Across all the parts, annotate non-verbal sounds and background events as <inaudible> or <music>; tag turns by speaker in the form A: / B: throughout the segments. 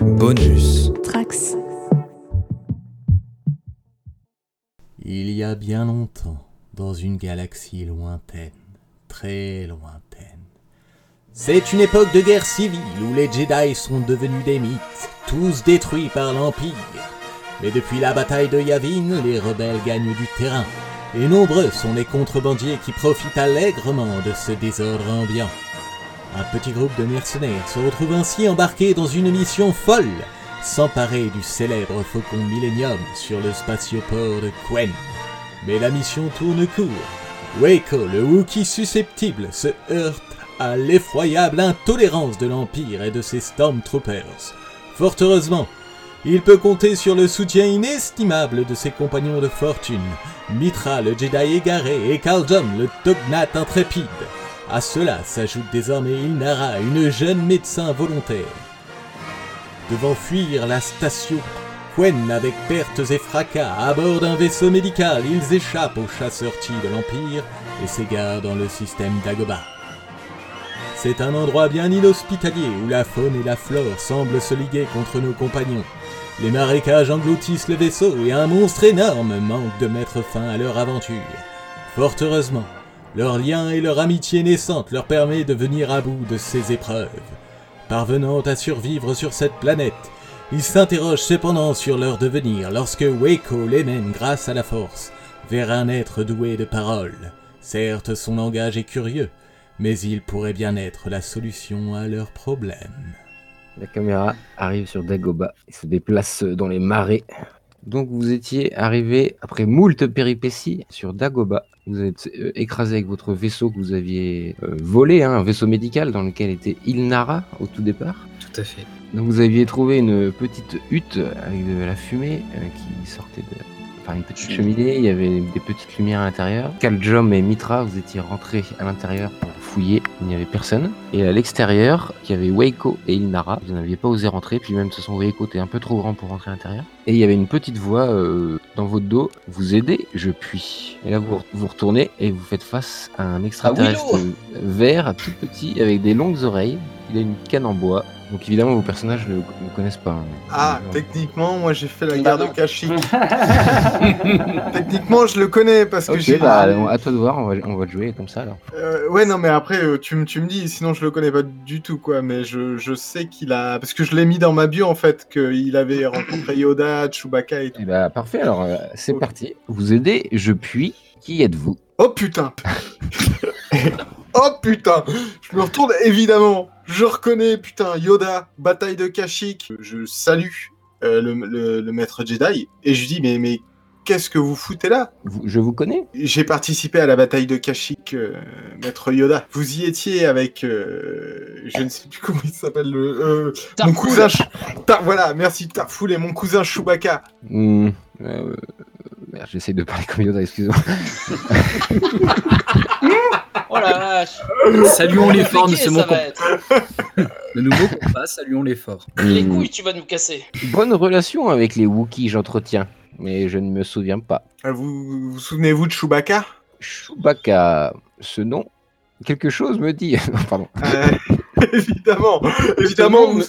A: Bonus.
B: Trax.
C: Il y a bien longtemps, dans une galaxie lointaine, très lointaine. C'est une époque de guerre civile où les Jedi sont devenus des mythes, tous détruits par l'Empire. Mais depuis la bataille de Yavin, les rebelles gagnent du terrain, et nombreux sont les contrebandiers qui profitent allègrement de ce désordre ambiant. Un petit groupe de mercenaires se retrouve ainsi embarqué dans une mission folle, s'emparer du célèbre faucon Millennium sur le spatioport de Quen. Mais la mission tourne court. Waco, le Wookiee susceptible, se heurte à l'effroyable intolérance de l'Empire et de ses Stormtroopers. Fort heureusement, il peut compter sur le soutien inestimable de ses compagnons de fortune, Mitra le Jedi égaré et Carl Jom le Tognat intrépide. À cela s'ajoute désormais Ilnara, une jeune médecin volontaire. Devant fuir la station, Quen avec pertes et fracas à bord d'un vaisseau médical, ils échappent aux chats sortis de l'Empire et s'égarent dans le système d'Agoba. C'est un endroit bien inhospitalier où la faune et la flore semblent se liguer contre nos compagnons. Les marécages engloutissent le vaisseau et un monstre énorme manque de mettre fin à leur aventure. Fort heureusement, leur lien et leur amitié naissante leur permet de venir à bout de ces épreuves. Parvenant à survivre sur cette planète, ils s'interrogent cependant sur leur devenir lorsque Waco les mène grâce à la force vers un être doué de parole. Certes, son langage est curieux, mais il pourrait bien être la solution à leurs problèmes.
D: La caméra arrive sur Dagoba et se déplace dans les marais. Donc vous étiez arrivé après moult péripéties sur Dagoba. Vous êtes euh, écrasé avec votre vaisseau que vous aviez euh, volé, hein, un vaisseau médical dans lequel était Ilnara au tout départ.
E: Tout à fait.
D: Donc vous aviez trouvé une petite hutte avec de la fumée euh, qui sortait de... Enfin une petite cheminée, il y avait des petites lumières à l'intérieur. Kaljom et Mitra, vous étiez rentrés à l'intérieur pour fouiller, il n'y avait personne. Et à l'extérieur, il y avait Waco et Ilnara. Vous n'aviez pas osé rentrer, puis même de toute façon Waco était un peu trop grand pour rentrer à l'intérieur. Et il y avait une petite voix euh, dans votre dos, vous aidez, je puis. Et là vous vous retournez et vous faites face à un extraterrestre vert, tout petit, avec des longues oreilles. Il a une canne en bois. Donc évidemment vos personnages ne ne connaissent pas. hein.
F: Ah,
D: Ils-
F: techniquement, moi j'ai fait la
G: Bah
F: guerre
G: non.
F: de Kashyyyk. techniquement, je le connais parce que
D: Ok,
F: j'ai.
D: bah, alors, à toi de voir, on va, on va le jouer comme ça alors.
F: Euh, ouais, non, mais après, euh, tu, me- tu me dis, sinon je le connais pas du tout, quoi. Mais je, je sais qu'il a. Parce que je l'ai mis dans ma bio, en fait, qu'il avait rencontré Yoda, Chewbacca et tout.
D: Et bah parfait, alors euh, c'est parti. Vous aidez, je puis. Qui êtes-vous
F: Oh putain <laughs> Oh putain Je me retourne, évidemment. Je reconnais, putain, Yoda, bataille de Kashyyyk. Je salue euh, le, le- le maître Jedi et je lui dis, mais, mais qu'est-ce que vous foutez là
D: Vous- Je vous connais
F: J'ai participé à la bataille de Kashyyyk, euh, maître Yoda. Vous y étiez avec, euh, je ne sais plus comment il s'appelle, le, euh, mon cousin. Ch- Tar- voilà, merci Tarfoul et mon cousin Chewbacca.
D: Hmm, euh, euh, Merde, j'essaye de parler comme Yoda, <laughs> excuse-moi.
G: Oh la vache
E: Saluons l'effort, nous
G: Compliqué,
E: c'est mon
G: ça va
E: compas.
G: être.
E: Le nouveau compas, saluons l'effort.
G: Les
D: Hmm.
G: couilles, tu vas nous casser.
D: Bonne relation avec les Wookiees, j'entretiens, mais je ne me souviens pas.
F: Euh, Vous vous souvenez-vous de Chewbacca
D: Chewbacca, ce nom, quelque chose me dit. <laughs> Non, Pardon.
F: Euh, <laughs> Évidemment, évidemment, vous,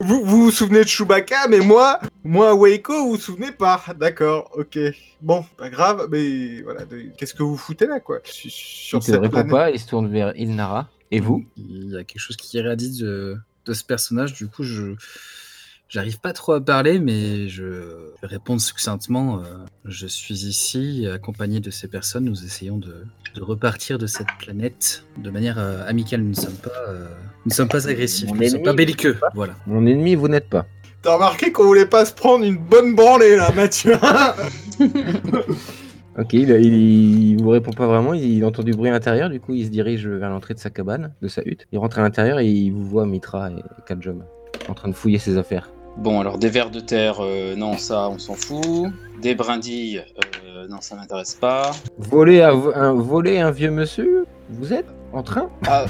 F: vous vous vous souvenez de Chewbacca, mais moi, moi Waco, vous vous souvenez pas. D'accord, ok. Bon, pas grave, mais voilà, de- qu'est-ce que vous foutez là, quoi Sur-
D: Il
F: Sur
D: te
F: cette
D: répond
F: planète.
D: pas, il se tourne vers Ilnara. Et vous
E: Il y a quelque chose qui irradie de, de ce personnage, du coup, je. J'arrive pas trop à parler, mais je vais répondre succinctement. euh, Je suis ici, accompagné de ces personnes. Nous essayons de, de repartir de cette planète de manière euh, amicale. Nous ne sommes pas, euh, nous ne sommes pas agressifs,
D: Mon
E: nous ne sommes
D: ennemi,
E: pas belliqueux. Voilà.
D: Mon ennemi, vous n'êtes pas.
F: T'as remarqué qu'on voulait pas se prendre une bonne branlée là, Mathieu hein?
D: Ok, il, il- il vous répond pas vraiment, il, il entend du bruit à l'intérieur, du coup il se dirige vers l'entrée de sa cabane, de sa hutte. Il rentre à l'intérieur et il vous voit Mitra et Kaljom en train de fouiller ses affaires.
G: Bon, alors des vers de terre, euh, non, ça, on s'en fout. Des brindilles, euh, non, ça m'intéresse pas.
D: Voler, à vo- un, voler un vieux monsieur Vous êtes en train
G: Ah.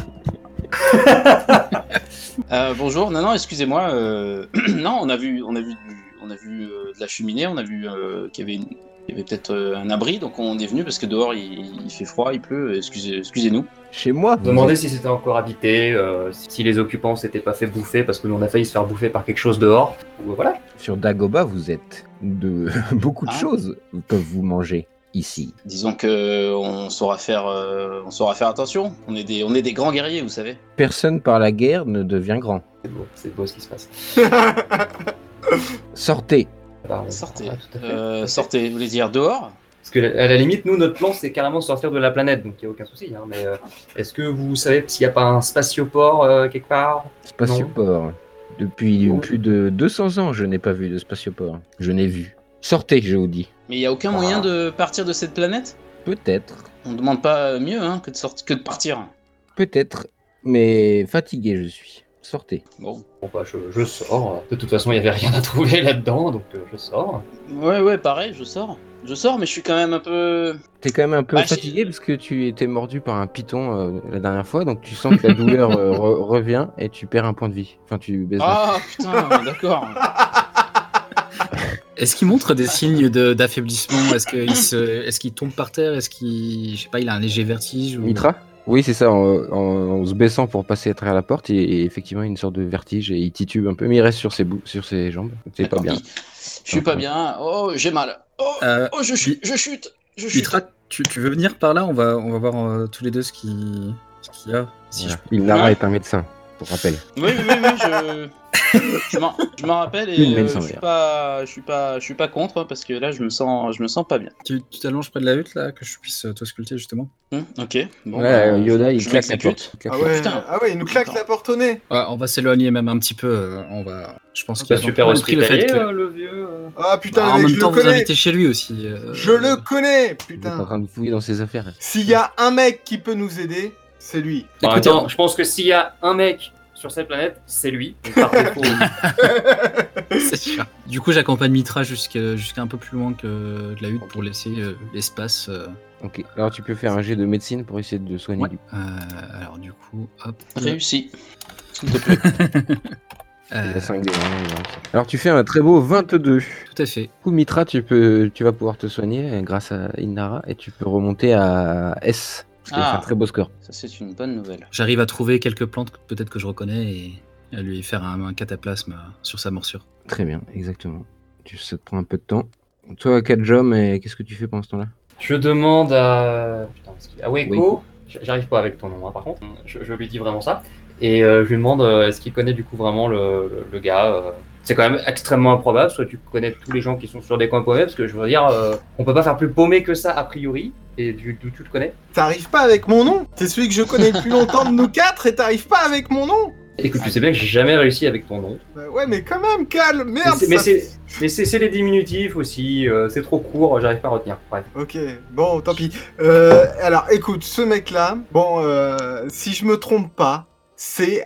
G: Euh, bonjour, non, non, excusez-moi. <clears throat> euh, non, on a vu, on a vu, du- on a vu euh, de la cheminée, on a vu euh, qu'il y avait une, il Il y avait peut-être euh, un abri, donc on est venu parce que dehors il, il fait froid, il pleut, excusez- excusez-nous.
D: Chez moi
H: Demander si c'était encore habité, euh, si les occupants s'étaient pas fait bouffer parce que nous on a failli se faire bouffer par quelque chose dehors. Ou, euh, Voilà.
D: Sur Dagoba, vous êtes de <laughs> beaucoup de
G: Ah.
D: choses peuvent vous manger ici.
G: Disons que euh, on saura faire, euh, on saura faire attention. On est des, on est des grands guerriers, vous savez.
D: Personne par la guerre ne devient grand.
H: C'est beau, c'est beau ce qui se passe.
D: Sortez.
H: Pardon.
G: Sortez,
H: Ouais, tout à fait.
G: Euh, sortez. Vous voulez dire dehors
H: Parce que à la limite, nous, notre plan, c'est carrément sortir de la planète, donc il n'y a aucun souci. hein, mais euh, est-ce que vous savez s'il n'y a pas un spatioport euh, quelque part
D: Spatioport. Depuis
H: Non.
D: plus de 200 ans, je n'ai pas vu de spatioport. Je n'ai vu. Sortez, je vous dis.
G: Mais il n'y a aucun
H: Ah.
G: moyen de partir de cette planète
D: Peut-être,
G: On ne demande pas mieux hein, que, de sorti- que de partir.
D: peut-être, mais fatigué je suis. Sortez.
G: Bon.
H: Bon, bah, je, je sors. De toute façon, il n'y avait rien à trouver là-dedans, donc euh, je sors.
G: Ouais, ouais, pareil, je sors. Je sors, mais je suis quand même un peu.
D: T'es quand même un peu
G: Bah, j'ai-
D: fatigué parce que tu étais mordu par un python euh, la dernière fois, donc tu sens que la douleur
G: <laughs>
D: euh, re- revient et tu perds un point de vie. Enfin, tu baisses. un-
G: Ah putain, <laughs> d'accord.
E: Est-ce qu'il montre des signes de- d'affaiblissement Est-ce qu'il se... est qu'il tombe par terre Est-ce qu'il. Je sais pas, il a un léger vertige ou...
D: Mitra Oui, c'est ça, en, en- en se baissant pour passer à travers la porte, et, et effectivement, il y a une sorte de vertige et il titube un peu, mais il reste sur ses, bou- sur ses jambes. C'est pas
G: Tant
D: bien.
G: pis. Je suis pas bien. Oh, j'ai mal. Oh,
E: Euh,
G: oh, je chute. Je chute. Je chute.
E: Mitra, tu, tu veux venir par là on va, on va voir euh, tous les deux ce qui- ce qu'il y a. Si
D: Voilà.
E: je-
G: Ah.
D: Ilnara est un médecin, pour rappel.
G: Oui, oui, oui, oui, je. Je m'en- je m'en rappelle et
D: <laughs> Une mène
G: euh,
D: sans
G: je suis
D: verre.
G: pas, je suis pas, je suis pas contre hein, parce que là je me sens, je me sens pas bien.
E: Tu tu t'allonges près de la hutte là, que je puisse euh, t'ausculter justement
G: Hum, ok. Bon,
D: Ouais,
G: bah,
D: euh, Yoda, il
G: je
D: claque la
G: m'exécute.
D: porte.
F: Ah ouais,
G: Putain.
F: ah ouais, il nous claque
G: Attends.
F: la porte au nez.
E: Ouais, On va s'éloigner même un petit peu. euh, on va... Je
F: Bah,
E: pense qu'il
H: Pas
E: a
H: super
E: vraiment pris le fait
H: hospitalier,
E: que-
H: euh, le vieux. euh.
F: Ah putain,
E: Bah, en
F: mec,
E: même
F: je
E: temps,
F: le
E: vous
F: connais.
E: invitez chez lui aussi. euh,
F: Je le connais,
D: Il est en
F: putain.
D: train de fouiller dans ses affaires.
F: S'il y a un mec qui peut nous aider, c'est lui.
H: Enfin,
E: Écoutez,
H: Bah, attends, je pense que s'il y a un mec sur cette planète, c'est lui. Donc, par défaut,
E: <laughs> C'est sûr. Du coup, j'accompagne Mitra jusqu'à jusqu'à un peu plus loin que de la hutte pour laisser euh, l'espace. euh,
D: Ok, alors tu peux faire un jet de médecine pour essayer de soigner
E: ouais.
D: du
E: Euh, alors, du coup, hop.
G: Réussi. S'il te plaît.
E: Euh,
D: Il a 5 des hein, il a un seul. Alors tu fais un très beau 22. Du
E: tout à fait.
D: coup, Mitra, tu, peux, tu vas pouvoir te soigner euh, grâce à Inara et tu peux remonter à S. Tu vas
G: Ah.
D: faire un très beau score.
G: Ça c'est une bonne nouvelle.
E: J'arrive à trouver quelques plantes que- peut-être que je reconnais et à lui faire un, un cataplasme euh, sur sa morsure.
D: Très bien, exactement. Tu, ça te prend un peu de temps. Toi, Kadjom, et qu'est-ce que tu fais pendant ce temps-là
H: je demande à. Putain, est-ce qu'il- à Weko.
D: Weko.
H: J'arrive pas avec ton nom, hein, par contre. Je, je lui dis vraiment ça. Et euh, je lui demande euh, est-ce qu'il connaît du coup vraiment le, le- le gars euh. C'est quand même extrêmement improbable, soit tu connais tous les gens qui sont sur des coins paumés, parce que je veux dire, euh, on peut pas faire plus paumé que ça a priori, et du, du tu le connais.
F: T'arrives pas avec mon nom T'es celui que je connais le plus longtemps de nous quatre et t'arrives pas avec mon nom
H: Écoute, tu sais bien que j'ai jamais réussi avec ton nom.
F: Bah Ouais, mais quand même, calme,
H: Mais
F: merde
H: c'est- Mais
F: ça-
H: c'est mais c'est- c'est les diminutifs aussi, euh, c'est trop court, j'arrive pas à retenir. Bref.
F: Ok, bon, tant pis. Euh, alors, écoute, ce mec-là, bon, euh, si je me trompe pas, c'est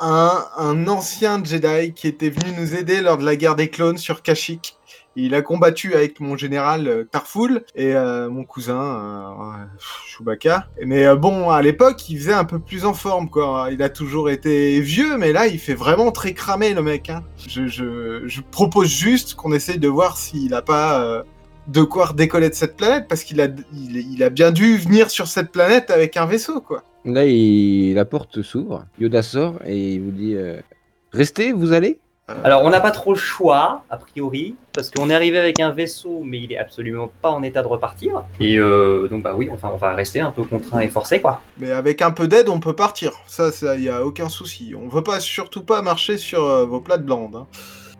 F: un, un ancien Jedi qui était venu nous aider lors de la guerre des clones sur Kashyyyk. Il a combattu avec mon général euh, Tarful et euh, mon cousin euh, ouais, pff, Chewbacca. Mais euh, bon, à l'époque, il faisait un peu plus en forme, quoi. Il a toujours été vieux, mais là, il fait vraiment très cramé, le mec. hein. Je, je- je propose juste qu'on essaye de voir s'il a pas... euh, de quoi redécoller de cette planète parce qu'il a, il, il a bien dû venir sur cette planète avec un vaisseau, quoi.
D: Là, il- la porte s'ouvre. Yoda sort et il vous dit euh, Restez, vous allez
H: Alors, on n'a pas trop le choix, a priori, parce qu'on est arrivé avec un vaisseau, mais il est absolument pas en état de repartir. Et euh, donc, bah oui, enfin, on va rester un peu contraint et forcé, quoi.
F: Mais avec un peu d'aide, on peut partir. Ça, ça, y a aucun souci. On veut pas surtout pas marcher sur euh, vos plates-bandes. hein.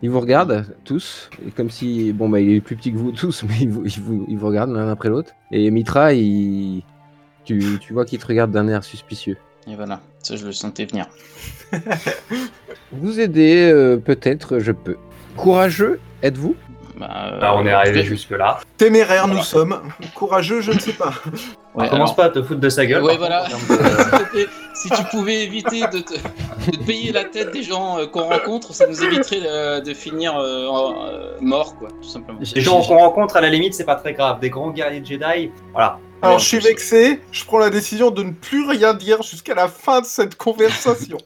D: Il vous regarde tous, et comme si. Bon, bah, il est plus petit que vous tous, <laughs> mais il vous, il vous, il vous regarde l'un après l'autre. Et Mitra, il. Tu, tu vois qu'il te regarde d'un air suspicieux.
G: Et voilà. Ça je le sentais venir.
D: Vous aider, euh, peut-être, je peux. Courageux, êtes-vous
G: Bah, euh,
H: Bah, on est arrivé
G: je-
H: jusque-là.
F: Téméraires, nous sommes. Courageux, je ne sais pas.
G: Ouais,
H: Commence
G: alors,
H: pas à te foutre de sa gueule.
G: Ouais,
H: par
G: voilà.
H: contre, en termes de-
G: <laughs> s'il te plaît, si tu pouvais éviter de te, de te payer la tête des gens euh, qu'on rencontre, ça nous éviterait euh, de finir euh, en- euh, mort, quoi, tout simplement.
H: Des gens qu'on rencontre, à la limite, c'est pas très grave. Des grands guerriers Jedi, voilà.
F: Alors, je suis vexé. Je prends la décision de ne plus rien dire jusqu'à la fin de cette conversation.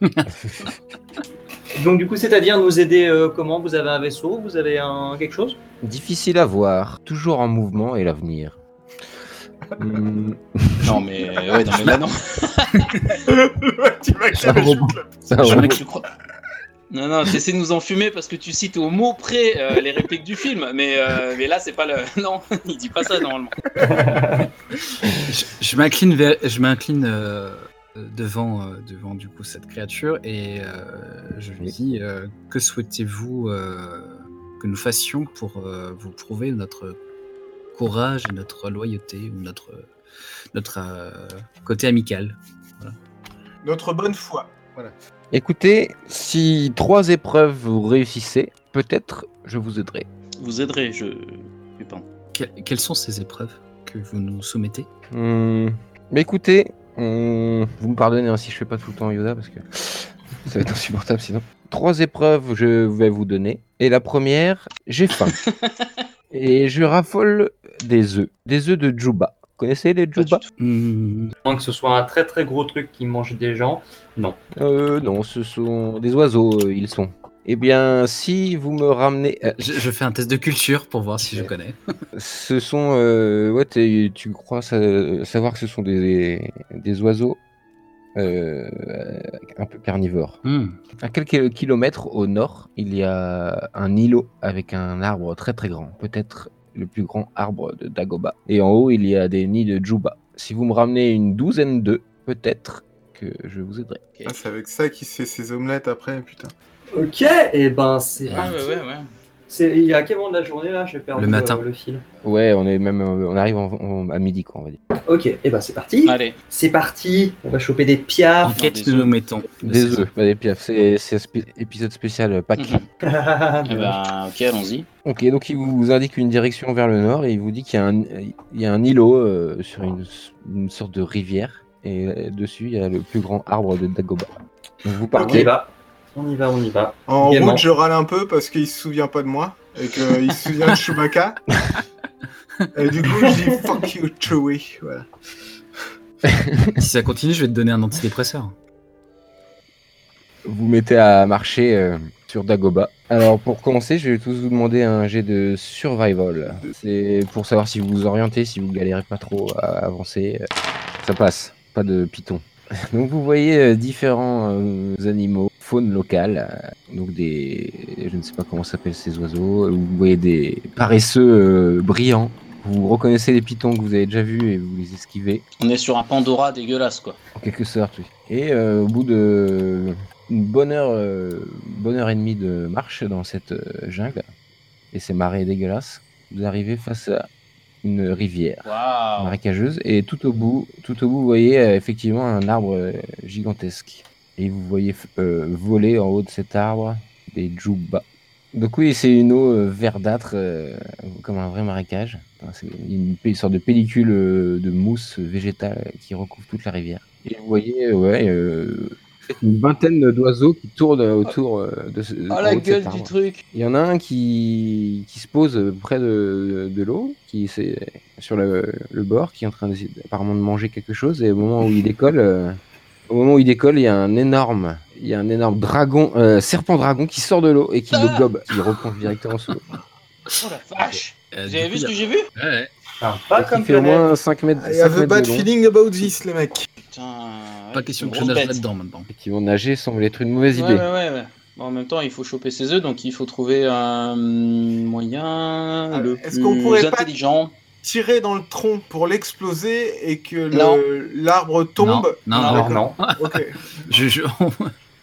H: Donc du coup, c'est-à-dire nous aider euh, comment Vous avez un vaisseau Vous avez un quelque chose
D: Difficile à voir, toujours en mouvement et l'avenir. <laughs> Hmm,
G: <laughs> Non, mais ouais, non, mais là, non.
I: tu vas
D: c'est un robot. Ah, C'est un
G: Je
D: robot.
G: crois- <laughs> Non, non, j'essaie de nous enfumer parce que tu cites au mot près euh, les répliques du film, mais, euh, mais là, c'est pas le. <laughs> Non, il dit pas ça normalement.
E: Je, je m'incline vers- je m'incline euh, devant, euh, devant du coup cette créature et euh, je lui dis euh, que souhaitez-vous euh, que nous fassions pour euh, vous prouver notre courage et notre loyauté ou notre notre euh, côté amical.
I: Notre bonne foi.
D: Écoutez, si trois épreuves vous réussissez, peut-être je vous aiderai.
G: Vous aiderez, je. Lupin.
E: Que- quelles sont ces épreuves que vous nous soumettez
D: Hmm, Mais écoutez, hmm, vous me pardonnez hein, si je fais pas tout le temps Yoda parce que <laughs> ça va être insupportable sinon. Trois épreuves je vais vous donner. Et la première, j'ai <laughs> faim. et je raffole des œufs. Des œufs de Juba. Vous connaissez les
G: Pas du
D: Juba
G: tout.
E: Hmm,
H: À moins que ce soit un très très gros truc qui mange des gens.
D: Euh, non, ce sont des oiseaux, euh, ils sont. Eh bien, si vous me ramenez. euh,
E: je, je fais un test de culture pour voir si je connais.
D: ce sont. euh, ouais, t'es- tu crois sa- savoir que ce sont des, des oiseaux euh, un peu carnivores.
E: Hmm.
D: À quelques kilomètres au nord, il y a un îlot avec un arbre très très grand, peut-être le plus grand arbre de Dagoba. Et en haut, il y a des nids de Juba. Si vous me ramenez une douzaine d'œufs, peut-être que je vous aiderai.
G: Ah,
I: c'est avec ça qu'il se fait ses omelettes après, putain.
H: Ok, et ben c'est.
G: Ah, ouais, ouais, ouais.
H: C'est il y a quel moment de la journée là J'ai perdu
E: Le matin.
H: le fil.
D: Ouais, on est même, euh, on arrive en- en- à midi, quoi, on va dire.
H: Ok, et ben c'est parti.
G: Allez,
H: C'est parti. On va choper Ah, des pierres. <laughs>
E: En quête,
G: des
E: nous nous
G: œufs.
E: mettons.
D: Des œufs, pas des piafs. C'est c'est un spé- épisode spécial euh, Pâques.
G: Mhm. eh
H: Dommage.
G: ben, ok, allons-y.
D: Ok, donc il vous indique une direction vers le nord et il vous dit qu'il y a un, il y a un îlot euh, sur une, s- une sorte de rivière et euh, dessus il y a le plus grand arbre de Dagoba. Donc vous
H: On y
D: partez.
H: va. On y va, on y va.
I: En
H: Gaiement.
I: route, je râle un peu parce qu'il se souvient pas de moi et qu'il se souvient
E: <laughs>
I: de Chewbacca. et du coup, je dis fuck you, Chewie. Voilà.
E: Si ça continue, je vais te donner un antidépresseur.
D: Vous mettez à marcher euh, sur Dagoba. Alors pour commencer, je vais tous vous demander un jet de survival. C'est pour savoir si vous vous orientez, si vous galérez pas trop à avancer. euh, Ça passe, pas de python. <laughs> Donc vous voyez euh, différents euh, animaux, faune locale, euh, donc des, je ne sais pas comment s'appellent ces oiseaux. Vous voyez des paresseux euh, brillants. Vous reconnaissez les pitons que vous avez déjà vus et vous les esquivez
G: On est sur un Pandora dégueulasse, quoi.
D: en quelque sorte. Oui. Et euh, au bout de une bonne heure, euh, bonne heure et demie de marche dans cette euh, jungle et ces marées dégueulasses, vous arrivez face à une rivière
G: Waouh.
D: marécageuse et tout au bout, tout au bout, vous voyez euh, effectivement un arbre euh, gigantesque et vous voyez f- euh, voler en haut de cet arbre des djoubas. Donc oui, c'est une eau euh, verdâtre euh, comme un vrai marécage. Enfin, C'est une, pe- sorte de pellicule euh, de mousse végétale qui recouvre toute la rivière. Et vous voyez, euh, ouais, euh, une vingtaine d'oiseaux qui tournent autour euh, de ce
G: Oh
D: en
G: la
D: haut de cet
G: gueule du
D: arbre.
G: truc
D: Il y en a un qui, qui se pose près de, de l'eau, qui c'est sur le, le bord, qui est en train d'essayer d- apparemment de manger quelque chose. Et au moment où il décolle, euh, au moment où il décolle, il y a un énorme, il y a un énorme dragon, euh, serpent dragon qui sort de l'eau et qui
G: Ah
D: le gobe, qui le replonge directement sous l'eau.
G: Oh la vache
E: Euh,
G: Vous
E: du
G: avez
E: coup,
G: vu ce
E: il
G: que
E: y
G: j'ai vu
E: a- Ouais, ouais.
H: Ah, pas
D: Et qui
H: comme
D: fait au
H: planète.
D: moins 5 mètres,
I: I
D: 5
I: have a
D: mètres
I: bad
D: de long.
I: feeling about this, les mecs.
G: Putain.
E: Pas
G: ouais,
E: question
G: une
E: que je
G: grosse
E: nage
G: bête.
E: là-dedans maintenant.
D: Effectivement, nager semble être une mauvaise
G: Ouais,
D: idée.
G: ouais, ouais, ouais. Bon, en même temps, il faut choper ses œufs, donc il faut trouver un moyen le
I: est-ce qu'on
G: plus
I: pourrait pas-
G: intelligent.
I: Tirer dans le tronc pour l'exploser et que le-
G: Non.
I: l'arbre tombe. Ah,
E: Non, non,
H: Alors
I: d'accord.
H: non.
E: <laughs>
I: Ok.
E: Je, je-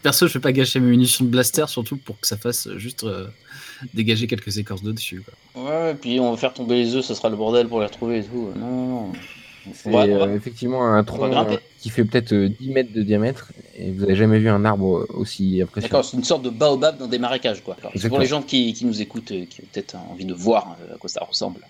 E: Perso, je vais pas gâcher mes munitions de blaster, surtout pour que ça fasse juste euh, dégager quelques écorces d'eau dessus. quoi.
G: Ouais, Ouais, puis on va faire tomber les œufs, ça sera le bordel pour les retrouver et tout. Non, non, non.
D: C'est
G: On va- on va-
D: euh, effectivement un tronc
G: grimper.
D: euh, qui fait peut-être euh, 10 mètres de diamètre. Et vous avez jamais vu un arbre aussi impressionnant.
G: D'accord, c'est une sorte de baobab dans des marécages, quoi. Alors, C'est
D: Exactement.
G: pour les gens qui, qui nous écoutent, euh, qui ont peut-être envie de voir euh, à quoi ça ressemble.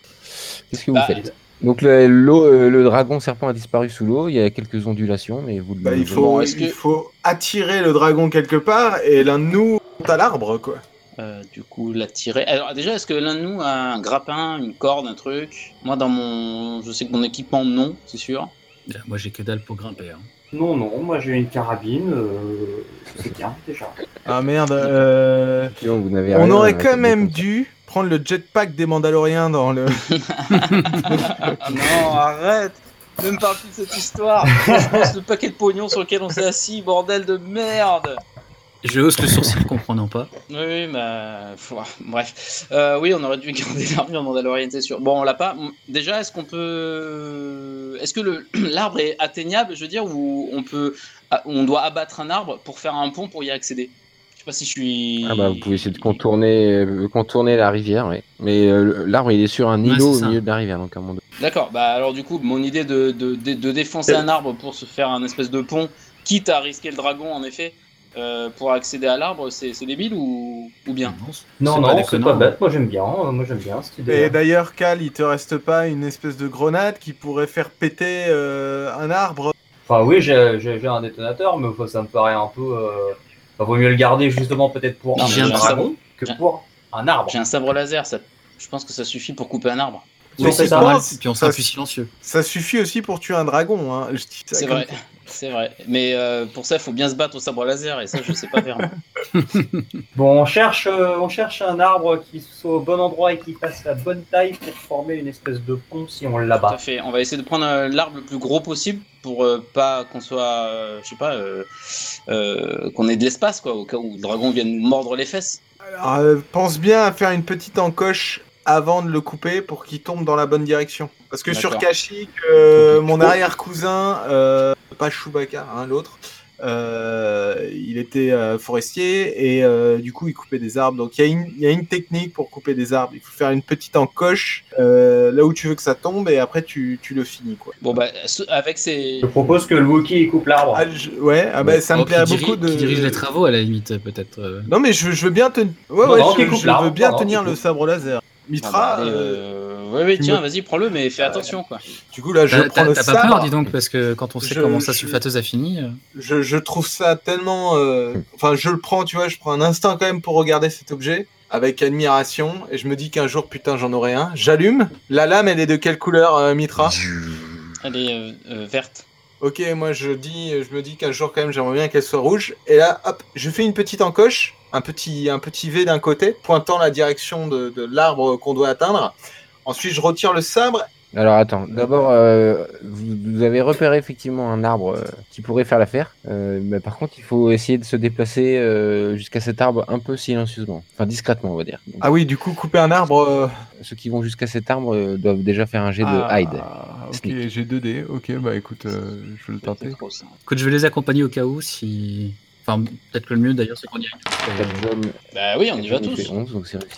D: Qu'est-ce que vous
G: Bah,
D: faites Donc le, l'eau, euh, le dragon serpent a disparu sous l'eau, il y a quelques ondulations, mais vous le
I: Bah, il
D: vous-
I: faut,
G: Bon, est-ce
I: il
G: que-
I: faut attirer le dragon quelque part et l'un de nous monte à l'arbre, quoi.
G: Euh, du coup, la tirer. Alors, déjà, est-ce que l'un de nous a un grappin, une corde, un truc Moi, dans mon. Je sais que mon équipement, non, c'est sûr.
E: Euh, Moi, j'ai que dalle pour grimper. hein.
H: Non, non, moi j'ai une carabine, euh, c'est bien déjà.
F: Ah merde, euh,
D: Sinon, vous n'avez
F: on
D: rien,
F: aurait
D: va
F: quand
D: tomber
F: même
D: comme ça.
F: dû prendre le jetpack des Mandaloriens dans le.
G: Ah non, arrête Ne me parle plus de cette histoire Franchement, c'est le paquet de pognon sur lequel on s'est assis, bordel de merde
E: Je hausse le sourcil comprenant pas.
G: Oui, oui, bah, pff, ouah, bref. Euh, oui, on aurait dû <laughs> garder l'armure mandalorienne, c'est sûr. Bon, on l'a pas. Déjà, est-ce qu'on peut... Est-ce que le- <clears throat> l'arbre est atteignable, je veux dire, ou on peut... ah, On doit abattre un arbre pour faire un pont pour y accéder Je sais pas si je suis...
D: Ah bah, vous pouvez essayer de contourner, euh, contourner la rivière, ouais. Mais euh, l'arbre, il est sur un
E: Ouais,
D: îlot
E: c'est
D: au
E: ça.
D: milieu de la rivière, donc à un moment donné.
G: D'accord, bah alors du coup, mon idée de, de, de, de défoncer un arbre pour se faire un espèce de pont, quitte à risquer le dragon en effet, euh, pour accéder à l'arbre, c'est c'est débile ou, ou bien
H: Non,
E: C'est pas
H: non, c'est
E: déconnant,
H: pas
E: hein.
H: bête, moi j'aime bien, euh, moi j'aime bien cette idée.
F: Et d'ailleurs, Cal, il te reste pas une espèce de grenade qui pourrait faire péter euh, un arbre
H: Enfin oui, j'ai j'ai- j'ai un détonateur, mais enfin, ça me paraît un peu... Euh... enfin, vaut mieux le garder justement peut-être pour un
G: J'ai un
H: dragon que
G: J'ai-
H: pour un arbre.
G: J'ai un sabre laser, ça, je pense que ça suffit pour couper un arbre.
H: Si on
F: c'est
H: fait
F: pas-
H: ça,
E: Puis on sera plus silencieux.
F: Ça suffit aussi pour tuer un dragon. Hein. Je dis ça
G: C'est
F: comme-
G: vrai, c'est vrai. Mais euh, pour ça, il faut bien se battre au sabre laser, et ça, je sais pas faire. moi.
H: bon, on cherche, euh, on cherche un arbre qui soit au bon endroit et qui fasse la bonne taille pour former une espèce de pont si on
G: Tout à
H: l'abat.
G: fait. On va essayer de prendre euh, l'arbre le plus gros possible pour euh, pas qu'on soit, euh, je sais pas, euh, euh, qu'on ait de l'espace, quoi, au cas où le dragon vienne nous mordre les fesses.
F: Alors, euh, pense bien à faire une petite encoche avant de le couper pour qu'il tombe dans la bonne direction. Parce que sur
G: D'accord.
F: Kashyyyk, euh,
G: Ok.
F: mon arrière-cousin, euh, pas Chewbacca, hein, l'autre, euh, il était euh, forestier et euh, du coup il coupait des arbres. Donc il y, a une- il y a une technique pour couper des arbres. Il faut faire une petite encoche euh, là où tu veux que ça tombe et après tu, tu le finis. Quoi.
G: Bon bah ce- avec ces
H: Je propose que le Wookiee coupe l'arbre.
F: Ah, je- ouais, ah bah, ça me
E: Oh, qui
F: plairait
E: dirige-
F: beaucoup de.
E: Qui dirige les travaux à la limite, peut-être. euh.
F: Non mais je, je veux bien, tenir ouais,
H: Non,
F: ouais,
H: non,
F: je,
H: qui coupe
F: je
H: l'arbre,
F: veux bien
H: non, non,
F: tenir
H: qui
F: le
H: coupe.
F: sabre laser. Mitra.
G: Ah bah, allez,
F: euh,
G: euh, ouais, ouais,
F: tu
G: tiens,
F: me-
G: vas-y, prends-le, mais
H: Ah,
G: fais attention, quoi.
F: Du coup, là, je
E: T'as
F: prends
E: t'as-
F: le
E: t'as pas peur,
F: sabre.
E: dis donc, parce que quand on sait
F: Je-
E: comment sa
F: je-
E: sulfateuse a fini. euh.
F: Je, je trouve ça tellement. euh, Enfin, je le prends, tu vois, je prends un instant quand même pour regarder cet objet avec admiration et je me dis qu'un jour, putain, j'en aurai un. J'allume. La lame, elle est de quelle couleur, euh, Mitra
G: Elle est euh, euh, verte.
F: Ok, moi, je dis, je me dis qu'un jour, quand même, j'aimerais bien qu'elle soit rouge. Et là, hop, je fais une petite encoche, un petit, un petit V d'un côté, pointant la direction de, de l'arbre qu'on doit atteindre. Ensuite, je retire le sabre.
D: Alors attends, d'abord, euh, vous, vous avez repéré effectivement un arbre euh, qui pourrait faire l'affaire. Euh, mais par contre, il faut essayer de se déplacer euh, jusqu'à cet arbre un peu silencieusement. Enfin, discrètement, on va dire. Donc,
F: Ah oui, du coup, couper un arbre. euh,
D: Ceux qui vont jusqu'à cet arbre euh, doivent déjà faire un jet de hide.
F: Ah, Ok,
D: Sneak.
F: j'ai 2 dés. Ok, bah écoute, euh, je vais le tenter.
E: Écoute, je vais les accompagner au cas où si. Enfin, peut-être que le mieux d'ailleurs, c'est qu'on y aille.
D: Quatre hommes,
G: Bah oui, on y va
D: il fait
G: <laughs> tous.
D: 11, donc c'est réussi.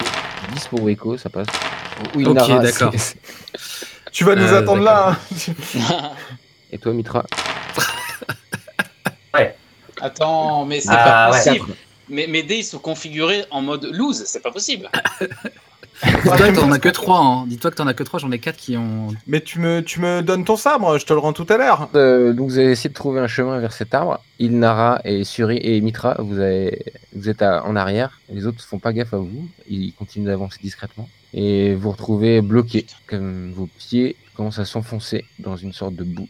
D: 10 pour Weko, ça passe. Oui,
E: Ok,
D: Nara,
E: d'accord.
D: c'est- c'est-
F: Tu vas nous
E: Euh,
F: attendre là. hein.
D: Et toi, Mitra
G: Attends, mais c'est
H: Ah,
G: pas
H: ouais.
G: possible. Mais mes dés ils sont configurés en mode loose, c'est pas possible.
E: Dis-toi que t'en as que 3, hein. Dis-toi que t'en as que 3, j'en ai 4 qui ont.
F: Mais tu me, tu me donnes ton sabre, je te le rends tout à l'heure.
D: Euh, donc vous avez essayé de trouver un chemin vers cet arbre. Il, Nara et Suri et Mitra, vous, avez, vous êtes à- en arrière. Les autres font pas gaffe à vous. Ils continuent d'avancer discrètement. Et vous retrouvez bloqué, comme vos pieds commencent à s'enfoncer dans une sorte de boue,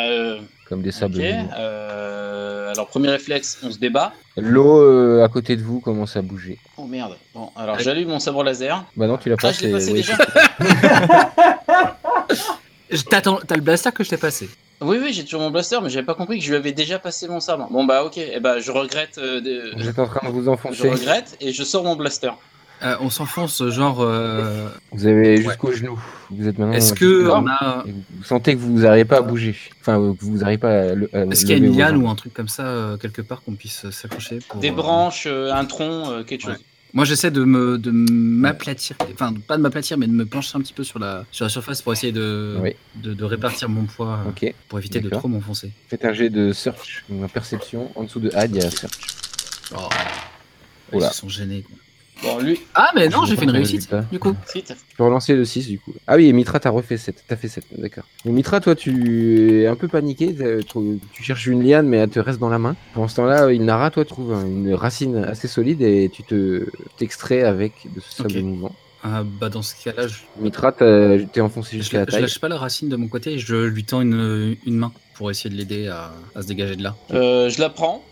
G: Euh,
D: comme des
G: ok.
D: sables. mouvants.
G: euh, alors premier réflexe, on se débat.
D: L'eau euh, à côté de vous commence à bouger.
G: Oh merde. Bon, alors j'allume mon sabre laser.
D: Bah non, tu l'as
G: Ah,
D: pas.
G: je l'ai
D: c'est-
G: passé
D: ouais,
G: déjà.
E: Je- t'attends- T'as le blaster que je t'ai passé.
G: Oui, oui, j'ai toujours mon blaster, mais j'avais pas compris que je lui avais déjà passé mon sabre. Bon bah ok, eh bah je regrette. euh, de-
D: Vous êtes en train de vous
G: Je
D: enfoncer.
G: regrette et je sors mon blaster.
E: Euh, on s'enfonce, genre. euh,
D: Vous avez jusqu'aux genoux. Vous êtes maintenant.
E: Est-ce
D: dans-
E: que
D: dans-
E: on a.
D: et Vous vous sentez que vous n'arrivez pas à bouger. Enfin, euh, que vous n'arrivez pas à. le- à
E: Est-ce qu'il y a
D: lever
E: une
D: vos
E: liane
D: jambes.
E: ou un truc comme ça, euh, quelque part, qu'on puisse s'accrocher pour,
G: Des
E: euh,
G: branches, euh, un tronc, euh, quelque chose.
E: Moi, j'essaie de me de m'aplatir, enfin pas de m'aplatir, mais de me pencher un petit peu sur la sur la surface pour essayer de
D: Oui.
E: de, de répartir mon poids euh,
D: Ok.
E: pour éviter de
D: D'accord.
E: trop m'enfoncer.
D: Faites un jet de search, donc ma perception. En dessous de add, il y a search.
E: Oh, ils
D: Oula.
E: se sont gênés. quoi.
G: Bon, lui,
E: Ah mais non,
D: Je
E: j'ai fait
D: vois
E: une
D: pas le
E: réussite
D: résultat.
E: du coup.
G: si, t'as-
D: Je peux relancer le 6 du coup. Ah oui, et Mitra, t'as refait 7. T'as fait 7, d'accord. Mais Mitra, toi, tu es un peu paniqué. t'as- Tu tu cherches une liane, mais elle te reste dans la main. Pendant ce temps-là, Ilnara, toi, trouve un- une racine assez solide et tu te t'extrais avec de ce sable
E: Ok.
D: mouvant.
E: Ah, bah dans ce cas-là, je,
D: Mitra, t'as- t'es enfoncé
E: je,
D: jusqu'à la
E: la- je
D: taille.
E: lâche pas la racine de mon côté et je lui tends une, une main. pour essayer de l'aider à, à se dégager de là.
G: Euh, je la prends.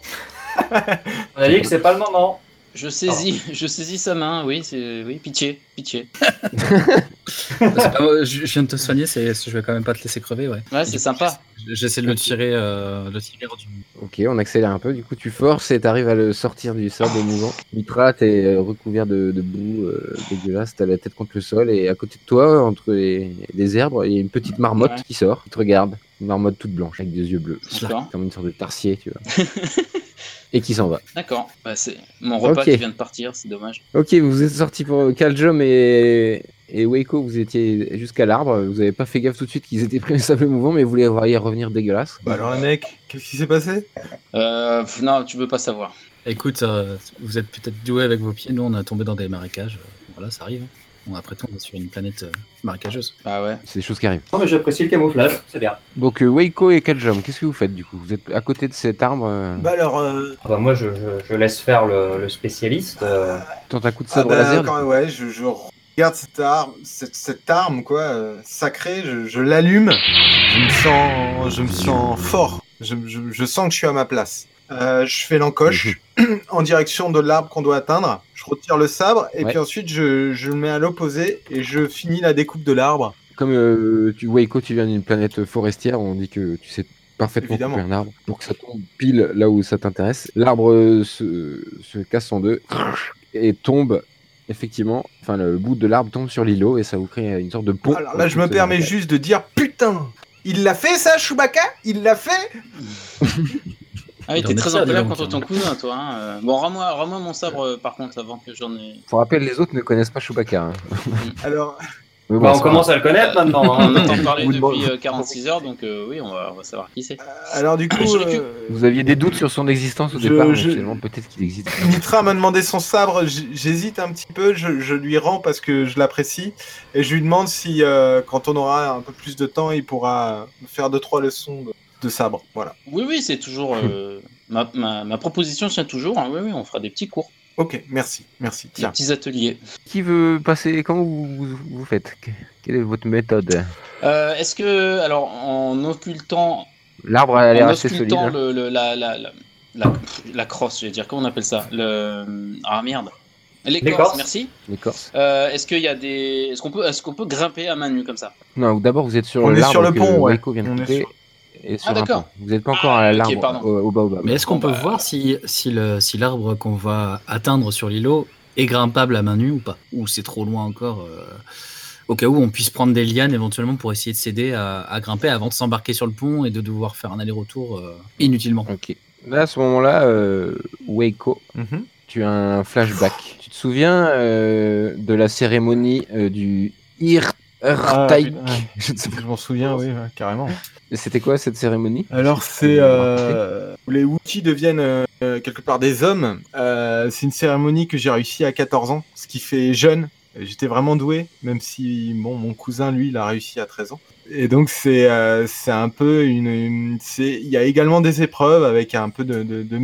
H: On a dit que c'est pas le moment.
E: Ah.
G: Je saisis, <laughs> je saisis sa main, oui, c'est oui, pitié, pitié.
E: C'est pas moi, je, je viens de te soigner, c'est, je vais quand même pas te laisser crever, ouais.
G: Ouais, Ah, c'est sympa.
E: J'essaie de le tirer, euh, de le tirer hors du
D: Ok, on accélère un peu. Du coup, tu forces et t'arrives à le sortir du sable mouvant. Mitra, t'es euh, recouvert de, de boue euh, dégueulasse. T'as la tête contre le sol et à côté de toi, entre les, les herbes, il y a une petite marmotte
G: Ouais.
D: qui sort, qui te regarde. Une marmotte toute blanche avec des yeux bleus,
G: D'accord.
D: comme une sorte de tarsier, tu vois. et qui s'en va.
G: D'accord. Bah, c'est mon repas
D: Ok.
G: qui vient de partir, c'est dommage.
D: Ok, vous êtes sortis pour Caljom et, et Waco, vous étiez jusqu'à l'arbre, vous avez pas fait gaffe tout de suite qu'ils étaient <laughs> pris au sable mouvant, mais vous les voyez revenir dégueulasses.
F: Bah alors, les mecs, qu'est-ce qui s'est passé
G: Euh, pff, non, tu veux pas savoir.
E: Écoute, euh, vous êtes peut-être doués avec vos pieds. Nous, on a tombé dans des marécages. euh, Voilà, ça arrive. Bon, après tout, on est sur une planète euh, marécageuse.
G: Ah ouais.
D: C'est des choses qui arrivent.
H: Non, mais j'apprécie le camouflage, c'est bien.
D: Donc euh, Waco et Caljom, qu'est-ce que vous faites du coup Vous êtes à côté de cet arbre, euh,
F: Bah alors, euh,
H: Ah bah, moi, je, je- je laisse faire le, le spécialiste. euh,
D: tente un coup de
F: ah,
D: sabre
F: bah,
D: laser.
F: quand même, ouais, je, je regarde cette arme, cette, cette arme quoi, euh, sacrée, je, je l'allume. Je me sens, je me sens fort. Je, je- je sens que je suis à ma place. Euh, je fais l'encoche
D: Mhm.
F: <clears throat> en direction de l'arbre qu'on doit atteindre. Je retire le sabre et
D: Ouais.
F: puis ensuite je, je le mets à l'opposé et je finis la découpe de l'arbre.
D: Comme euh, tu, Waco, tu viens d'une planète forestière, on dit que tu sais parfaitement
F: Évidemment.
D: couper un arbre pour que ça tombe pile là où ça t'intéresse. L'arbre euh, se, se casse en deux et tombe effectivement, enfin le bout de l'arbre tombe sur l'îlot et ça vous crée une sorte de pont.
F: Ah, Alors là, je me permets juste de dire putain. Il l'a fait ça, Chewbacca Il l'a fait
G: Ah oui,
E: Il
G: t'es
E: en est
G: très
E: fier,
G: en colère
E: dis donc,
G: contre ton cousin, toi. hein. Euh, Bon, rends-moi, rends-moi mon sabre, euh, par contre, avant que j'en ai.
D: Pour rappel, les autres ne connaissent pas Chewbacca. hein.
F: Alors,
D: Mais bon,
H: bah, on
D: c'est
H: commence à le connaître
E: Ah,
G: <laughs>
H: maintenant.
G: On
H: hein.
G: entend parler
D: Vous demandez-
G: depuis euh, 46 heures, donc euh, oui, on va, on va savoir qui c'est.
F: alors du coup,
G: Je l'ai
D: pas
F: euh,
D: grave. Vous aviez des doutes sur son existence au
F: Je-
D: départ, mais
F: je-
D: finalement peut-être qu'il existe.
F: Mitra m'a demandé son sabre, j- j'hésite un petit peu, je, je lui rends parce que je l'apprécie, et je lui demande si, euh, quand on aura un peu plus de temps, il pourra me faire deux, trois leçons de, de sabre. Voilà.
G: Oui, oui, c'est toujours.
E: <laughs>
G: euh, ma, ma, ma proposition tient toujours. hein. Oui, oui, on fera des petits cours,
F: Ok, merci, merci.
G: des
F: Tiens.
G: petits ateliers.
D: Qui veut passer Comment vous, vous- vous faites Que- Quelle est votre méthode
G: Euh, Est-ce que, alors, en occultant,
D: L'arbre a l'air
G: en
D: assez solide.
G: auscultant
D: hein.
G: le, le- la, la, la, la, la crosse, je vais dire, comment on appelle ça le... Ah merde. L'écorce,
H: L'écorce.
G: merci.
D: L'écorce.
G: Euh, Est-ce qu'il y a des. Est-ce qu'on peut, est qu'on peut grimper à main nue comme ça
D: Non, d'abord vous êtes sur
F: On est
D: l'arbre
F: sur le
D: que
F: pont, ouais.
D: Waco vient de
F: On est
D: couper
F: sur-
D: et sur
G: Ah,
D: un
G: d'accord.
D: pont. Vous n'êtes pas encore
G: Ah,
D: à
G: ok,
D: l'arbre
G: pardon.
D: au, au baobab.
E: Mais est-ce qu'on
G: Bon,
E: peut
G: bah,
E: voir si, si le- si l'arbre qu'on va atteindre sur l'îlot est grimpable à main nue ou pas Ou c'est trop loin encore euh, Au cas où on puisse prendre des lianes éventuellement pour essayer de s'aider à, à grimper avant de s'embarquer sur le pont et de devoir faire un aller-retour euh, inutilement.
D: Ok. Là, à ce moment-là, euh, Waco,
F: Mhm.
D: tu as un
F: <laughs>
D: flashback. tu te souviens euh, de la cérémonie euh, du Ir Irtaik
F: Ah, putain, ouais.
D: Je ne sais pas.
F: Je m'en souviens, oui, carrément.
D: C'était quoi cette cérémonie
F: Alors c'est euh, où les Wookiees deviennent euh, euh, quelque part des hommes. Euh, c'est une cérémonie que j'ai réussi à 14 ans, ce qui fait jeune. Euh, J'étais vraiment doué, même si bon, mon cousin lui il a réussi à 13 ans. Et donc c'est euh, c'est un peu une, une- c'est il y a également des épreuves avec un peu de, de, de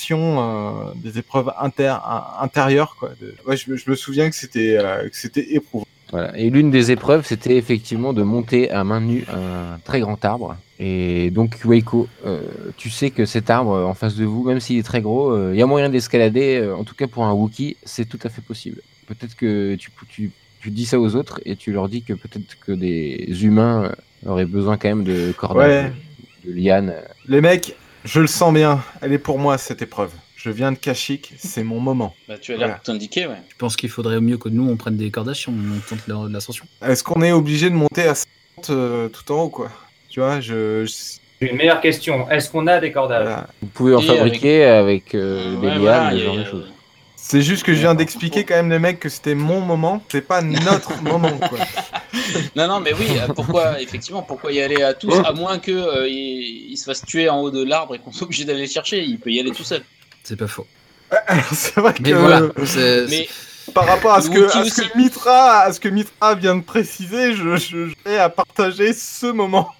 F: méditation, euh, des épreuves inter in- intérieures quoi. De- ouais, je, me- je me souviens que c'était euh, que c'était éprouvant.
D: Voilà. Et l'une des épreuves, c'était effectivement de monter à main nue un très grand arbre. Et donc, Waco, euh, tu sais que cet arbre euh, en face de vous, même s'il est très gros, euh, il y a moyen d'escalader. euh, en tout cas, pour un Wookiee, c'est tout à fait possible. Peut-être que tu, tu, tu dis ça aux autres et tu leur dis que peut-être que des humains euh, auraient besoin quand même de cordages, de lianes.
F: Les mecs, je le sens bien. Elle est pour moi cette épreuve. Je viens de Kashyyyk, c'est mon moment.
G: bah, Tu as l'air
F: Voilà.
G: de t'indiquer, ouais.
E: Je pense qu'il faudrait mieux que nous on prenne des cordages si on tente la- l'ascension.
F: Est-ce qu'on est obligé de monter à 50 euh, tout en haut, quoi Tu vois, je. je-
H: J'ai une meilleure question. Est-ce qu'on a des cordages
F: voilà.
D: Vous pouvez en
G: Et
D: fabriquer avec, euh, des
G: Ouais,
D: lianes,
G: voilà,
D: ce
G: il y a- euh,
D: genre
G: il
D: de
G: y a-
D: choses.
F: C'est juste que je viens d'expliquer quand même les mecs que c'était mon moment, c'est pas <laughs> notre moment, quoi.
G: Non, non, mais oui, euh,
D: <laughs>
G: pourquoi, effectivement, pourquoi y aller à tous
D: Oh.
G: À moins que euh, il, il se fasse tuer en haut de l'arbre et qu'on soit obligé d'aller le chercher, il peut y aller tout seul.
E: C'est pas faux.
F: c'est vrai que
E: Mais voilà.
F: euh,
E: c'est-
G: Mais
F: par rapport à ce, que,
G: Wookie
F: à, ce que
G: aussi.
F: Mitra, à ce que Mitra vient de préciser, je, je, je vais à partager ce moment.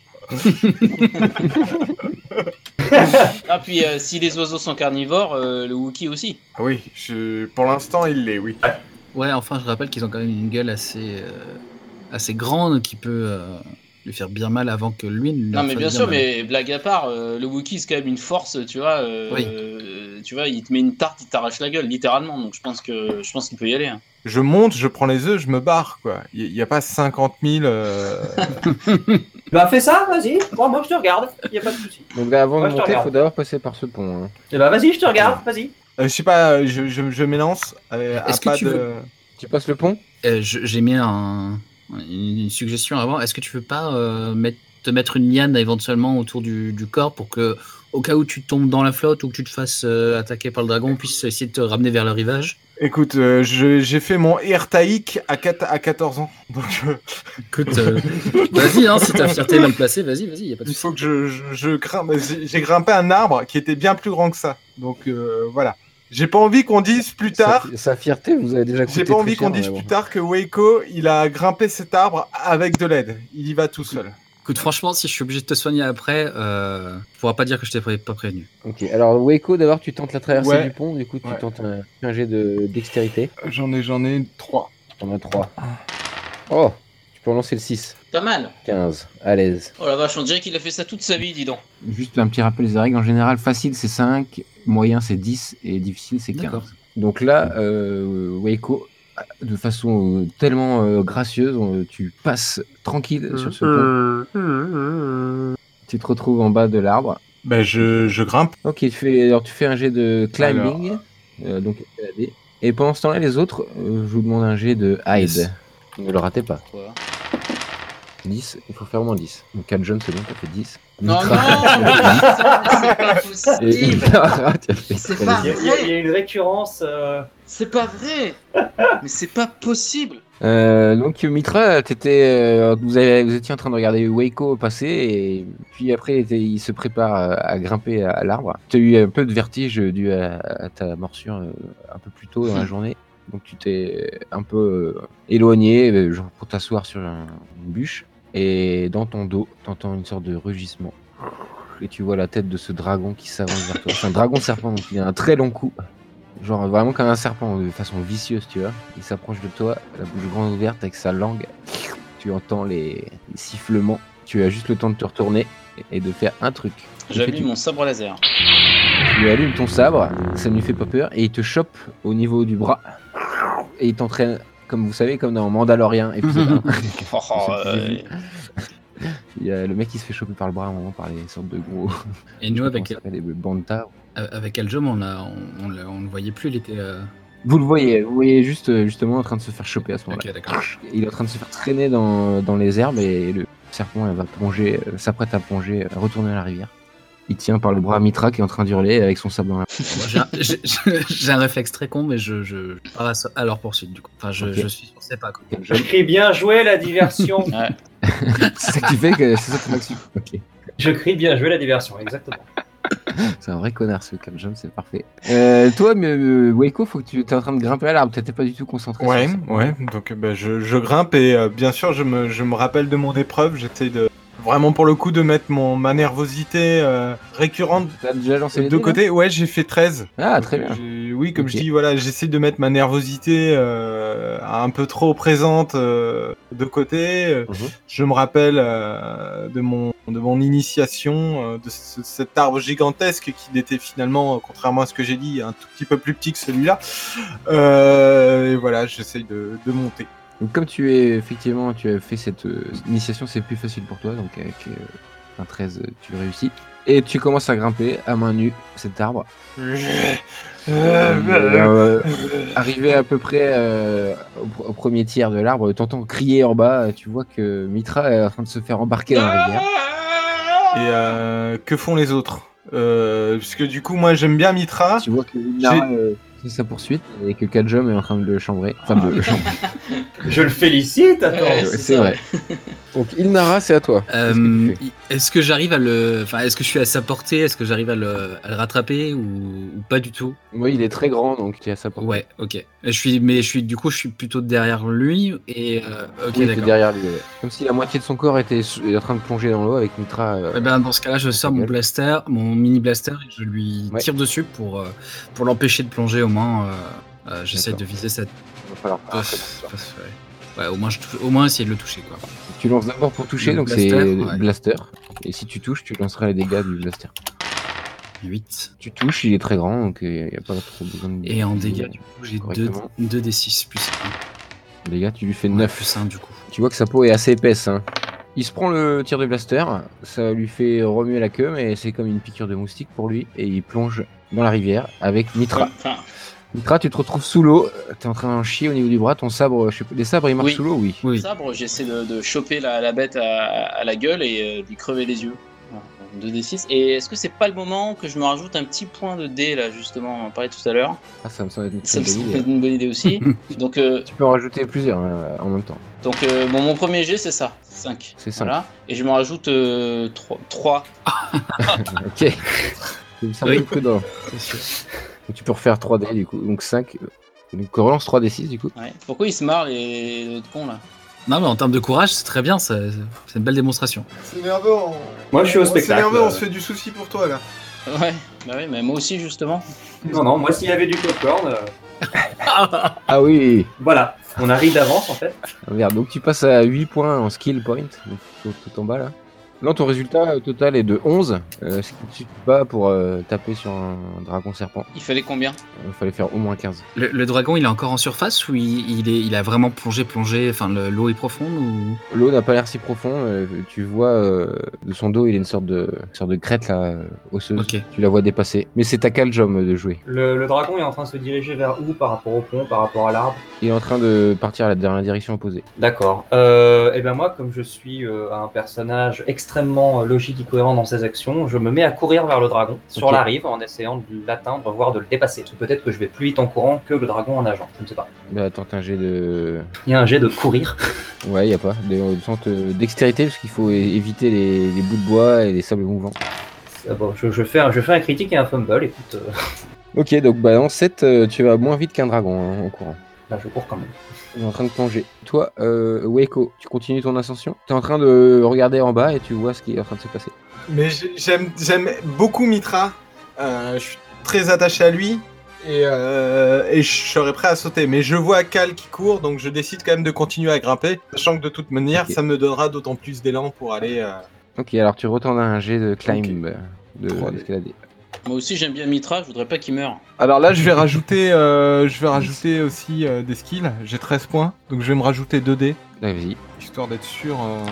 G: ah, puis euh, si les oiseaux sont carnivores, euh, le Wookie aussi.
F: Ah Oui, je... pour l'instant il l'est, oui.
E: Ouais, enfin je rappelle qu'ils ont quand même une gueule assez, euh, assez grande qui peut euh, lui faire bien mal avant que lui ne lui
G: Non,
E: en
G: mais
E: fasse
G: bien sûr,
E: mal.
G: mais blague à part, euh, le Wookiee, c'est quand même une force, tu vois. euh,
E: Oui.
G: euh, Tu vois, il te met une tarte, il t'arrache la gueule, littéralement. Donc, je pense que je pense qu'il peut y aller. hein.
F: Je monte, je prends les œufs, je me barre, quoi. Il n'y a pas 50 000. <laughs> euh,
H: Bah fais ça, vas-y. Moi, moi je te regarde. Y a pas de souci.
D: Donc là, avant
H: Ouais,
D: de
H: je te
D: monter, il
H: regarde.
D: faut d'abord passer par ce pont. hein.
H: Et bah vas-y, je te regarde, vas-y.
F: euh, je sais pas, euh, je, je, je m'élance euh, à
E: Est-ce que
F: pas
E: tu
F: de.
E: veux-
D: Tu passes le pont
E: Euh, je- J'ai mis un- une une suggestion avant. Est-ce que tu veux pas euh, mettre- te mettre une liane éventuellement autour du, du corps pour que, au cas où tu tombes dans la flotte ou que tu te fasses euh, attaquer par le dragon, on puisse essayer de te ramener vers le rivage
F: Écoute, euh, je- j'ai fait mon Airtaïque à, quat- à 14 ans. Donc, euh,
E: Écoute, euh, <laughs> vas-y, hein, si ta fierté est mal placée, vas-y, vas-y, y a pas de
F: il
E: souci.
F: faut que je, je, je grimpe. J'ai j'ai grimpé un arbre qui était bien plus grand que ça. Donc, euh, voilà. J'ai pas envie qu'on dise plus tard.
D: Sa, sa fierté vous avez déjà coûté
F: J'ai pas
D: très
F: envie
D: cher,
F: qu'on dise
D: mais bon.
F: plus tard que Waco, il a grimpé cet arbre avec de l'aide. Il y va tout seul.
E: Écoute, franchement, si je suis obligé de te soigner après, euh, tu pourras pas dire que je t'ai pré- pas prévenu.
D: Ok, alors Waco, d'abord tu tentes la traversée
F: Ouais.
D: du pont, du coup tu
F: Ouais.
D: tentes un, un jet de dextérité.
F: J'en ai, j'en ai trois.
D: T'en as 3. Oh, tu peux en lancer le 6.
G: Pas mal.
D: 15, à l'aise.
G: Oh la vache, on dirait qu'il a fait ça toute sa vie, dis donc.
D: Juste un petit rappel des règles. En général, facile c'est 5, moyen c'est 10 et difficile c'est 15.
E: D'accord.
D: Donc là, euh, Waco, de façon euh, tellement euh, gracieuse, on- tu passes tranquille sur ce pont.
F: Mm-hmm.
D: Tu te retrouves en bas de l'arbre.
F: Ben, je, je grimpe.
D: Ok, tu fais, alors tu fais un jet de climbing, euh, donc escalader. Et pendant ce temps-là, les autres, euh, je vous demande un jet de hide. Ne le ratez pas.
G: Quoi
D: 10, il faut faire au moins 10. Donc 4 jeunes, c'est bon, t'as fait 10. <laughs>
G: Non, non,
D: Mitra,
E: <laughs>
G: c'est pas
D: et
G: possible.
D: Mitra, t'as fait
G: C'est
D: 13.
G: pas-
H: Il y, a- il y a- il y a une récurrence. euh,
G: C'est pas vrai. Mais c'est pas possible.
D: Euh, donc Mitra, t'étais, euh, vous, avez- vous étiez en train de regarder Waco passer, et puis après t'es- il se prépare à, à grimper à, à l'arbre. Tu as eu un peu de vertige dû à, à ta morsure euh, un peu plus tôt dans la journée, donc tu t'es un peu euh, éloigné euh, genre pour t'asseoir sur un- une bûche, et dans ton dos, t'entends une sorte de rugissement. Et tu vois la tête de ce dragon qui s'avance vers toi. C'est un dragon serpent, donc il a un très long cou. Genre vraiment comme un serpent, de façon vicieuse, tu vois. Il s'approche de toi, la bouche grande ouverte avec sa langue. Tu entends les, les sifflements. Tu as juste le temps de te retourner et- et de faire un truc.
G: J'allume
D: Tu-
G: mon sabre laser.
D: Tu allumes ton sabre, ça ne lui fait pas peur, et il te chope au niveau du bras. Et il t'entraîne, comme vous savez, comme dans Mandalorian, épisode <laughs> 1.
G: Oh,
D: Je sais que j'ai
G: euh,
D: vu.
E: <laughs>
D: Il y a le mec qui se fait choper par le bras à un moment par les sortes de gros.
E: Et nous, avec, euh,
D: les bantas.
E: avec Aljom, on, l'a- on, on l'a- on le voyait plus, il était. euh,
D: Vous le voyez, vous voyez juste euh, justement en train de se faire choper à ce moment-là.
E: Ok, d'accord.
D: Il est en train de se faire traîner dans, dans les herbes et le serpent elle va plonger, euh, s'apprête à plonger, à retourner à la rivière. Il tient par le bras Mitra qui est en train d'hurler avec son sabre dans la <laughs> main.
E: <laughs> Moi, j'ai un- j'ai- j'ai- j'ai un réflexe très con, mais je, je, je pars à, ce- à leur poursuite du coup. Enfin, je,
D: Ok.
E: je suis sur ses pas. Quoi.
H: Je crie bien joué la diversion.
G: euh,
D: C'est ça qui fait que c'est ça ton action. Ok.
H: <laughs> je crie bien joué la diversion, exactement.
D: C'est un vrai connard ce Cam Jones, c'est parfait. Euh, toi, mais, euh, Waco, faut que tu es en train de grimper à l'arbre, t'étais pas du tout concentré.
F: Ouais,
D: sur ça.
F: ouais. Donc, ben, je, je grimpe et euh, bien sûr, je me, je me rappelle de mon épreuve. J'essaie de vraiment pour le coup de mettre mon, ma nervosité euh, récurrente
D: T'as déjà lancé
F: Euh, de
D: les
F: deux
D: dés, là
F: côtés. Ouais, j'ai fait 13.
D: Ah,
F: Donc,
D: très bien.
F: j'ai- Oui, comme
D: Ok.
F: je dis, voilà, j'essaie de mettre ma nervosité euh, un peu trop présente euh, de côté. Euh,
D: Mhm.
F: Je me rappelle euh, de mon de mon initiation euh, de ce- cet arbre gigantesque qui n'était finalement, euh, contrairement à ce que j'ai dit, un tout petit peu plus petit que celui-là. Euh, et voilà, j'essaie de, de monter.
D: Donc, comme tu es effectivement, tu as fait cette euh, initiation, c'est plus facile pour toi. Donc, avec euh, un 13, euh, tu réussis. Et tu commences à grimper à main nue cet arbre. Euh, arrivé à peu près euh, au, pr- au premier tiers de l'arbre, t'entends crier en bas. euh, Tu vois que Mitra est en train de se faire embarquer dans la rivière.
F: Et euh, que font les autres euh, Parce que du coup, moi, j'aime bien Mitra.
G: Ah
D: Tu vois que Mitra euh, fait sa poursuite et que Kajom est en train de le chambrer. Enfin, de le chambrer.
H: Je le félicite. attends.
G: Ouais, Ah, c'est
D: c'est
G: ça.
D: vrai. Donc, Ilnara, c'est à toi. Qu'est-ce que
E: Euh,
D: tu fais
E: est-ce que j'arrive à le. Enfin, est-ce que je suis à sa portée Est-ce que j'arrive à le, à le rattraper ou, ou pas du tout
D: Oui, il est très grand, donc tu es à sa portée.
E: Ouais, ok. Je suis, mais je suis, du coup, je suis plutôt derrière lui et. euh, ok,
D: Oui, t'es
E: d'accord.
D: derrière lui. ouais. Comme si la moitié de son corps était sous- en train de plonger dans l'eau avec Mitra. euh,
E: Eh ben, dans ce cas-là, je sors mon
D: gueule.
E: blaster, mon mini blaster, et je lui
D: Ouais.
E: tire dessus pour, euh, pour l'empêcher de plonger au moins. euh, euh, J'essaie
D: D'accord. Ah,
E: de viser cette. euh,
D: il va falloir faire un peu de
E: Pof,
D: sport.
E: pof, ouais. Ouais, au moins, je touche- au moins essayer de le toucher, quoi.
D: Tu lances d'abord pour toucher,
E: Le
D: donc
E: blaster,
D: c'est
E: ouais.
D: blaster. Et si tu touches, tu lanceras les dégâts du blaster.
E: 8.
D: Tu touches, il est très grand, donc il n'y a pas trop besoin de.
E: Et en dégâts, du coup, j'ai
D: Mmh. Correctement.
E: 2 D6 plus 1.
D: En dégâts, tu lui fais 9.
E: plus 1, du coup.
D: Tu vois que sa peau est assez épaisse. hein. Il se prend le tir de blaster, ça lui fait remuer la queue, mais c'est comme une piqûre de moustique pour lui, et il plonge dans la rivière avec Mitra.
G: Enfin,
D: Mitra, tu te retrouves sous l'eau, t'es en train d'en chier au niveau du bras, ton sabre, je sais pas, les sabres ils marchent
G: Oui.
D: sous l'eau, oui.
E: Oui.
G: sabre, j'essaie de, de choper la, la bête à, à la gueule et euh, lui crever les yeux. Voilà, 2d6. Et est-ce que c'est pas le moment que je me rajoute un petit point de dé là justement, on en parlait tout à l'heure
D: Ah, ça me semble être une très
G: Ça me
D: bonne
G: semble
D: idée.
G: être une bonne
D: <laughs>
G: idée aussi. donc euh,
D: Tu peux en rajouter plusieurs euh, en même temps.
G: donc euh, bon, mon premier jet c'est ça, 5.
D: C'est cinq.
G: Voilà. Et je me rajoute euh, 3.
D: Ok. Il me semble
E: Oui.
D: prudent. Donc, tu peux refaire 3D du coup, donc 5. Donc relance 3D6 du coup.
G: Ouais. Pourquoi ils se marrent les les autres cons là <laughs>
E: Non, mais en termes de courage, c'est très bien, ça- c'est une belle démonstration.
I: C'est nerveux. on-
H: Moi, je suis au
I: on- C'est
H: spectacle.
I: nerveux,
D: euh.
I: on se fait du souci pour toi là.
G: Ouais, bah oui, mais moi aussi justement.
H: Non, non, moi, s'il y avait du popcorn, euh,
D: Ah oui
H: voilà, on arrive d'avance en fait.
D: Ah, Merde, donc tu passes à 8 points en skill point, donc tout, tout en bas là. Là, ton résultat au total est de 11, euh, ce qui te suffit pas pour euh, taper sur un dragon serpent.
G: Il fallait combien
D: Il fallait faire au moins 15.
E: Le, le dragon, il est encore en surface ou il, il est, il a vraiment plongé, plongé, enfin le- l'eau est profonde ou...
D: L'eau n'a pas l'air si profond, euh, tu vois euh, de son dos, il a une sorte de, une sorte de crête là, euh, osseuse.
E: Ok.
D: Tu la vois dépasser. Mais c'est à Caljom de jouer.
H: Le, le dragon est en train de se diriger vers où par rapport au pont, par rapport à l'arbre
D: Il est en train de partir à la- dans la direction opposée.
H: D'accord. Euh, et ben moi, comme je suis euh, un personnage extrêmement euh, logique et cohérent dans ses actions, je me mets à courir vers le dragon sur
D: Ok.
H: la rive en essayant de l'atteindre, voire de le dépasser. Parce que Peut-être que je vais plus vite en courant que le dragon en nageant. Je ne sais pas.
D: Là, tente un jet de.
H: Il y a un jet de courir.
D: Ouais, y a pas. De, de sorte, euh, dextérité, parce qu'il faut é- éviter les, les bouts de bois et les sables mouvants.
H: Ah bon, je, je fais un, je fais un critique et un fumble. Écoute, euh,
D: Ok, donc bah en 7, euh, tu vas moins vite qu'un dragon hein, en courant.
H: là, je cours quand même.
D: Il est en train de plonger. Toi, euh, Waco, tu continues ton ascension. T'es en train de regarder en bas et tu vois ce qui est en train de se passer.
F: Mais j'ai- j'aime, j'aime beaucoup Mitra. Euh, je suis très attaché à lui. Et, euh, et je serais prêt à sauter. Mais je vois Cal qui court, donc je décide quand même de continuer à grimper. Sachant que de toute manière,
D: Ok.
F: ça me donnera d'autant plus d'élan pour aller. euh,
D: Ok, alors tu retournes à un jet de climb, euh, de
F: 3D.
D: d'escalader.
G: Moi aussi j'aime bien Mitra, je voudrais pas qu'il meure.
F: Alors là, je vais rajouter, euh, je vais rajouter aussi euh, des skills. J'ai 13 points, donc je vais me rajouter 2 dés,
D: Ouais, Vas-y.
F: histoire d'être sûr. euh,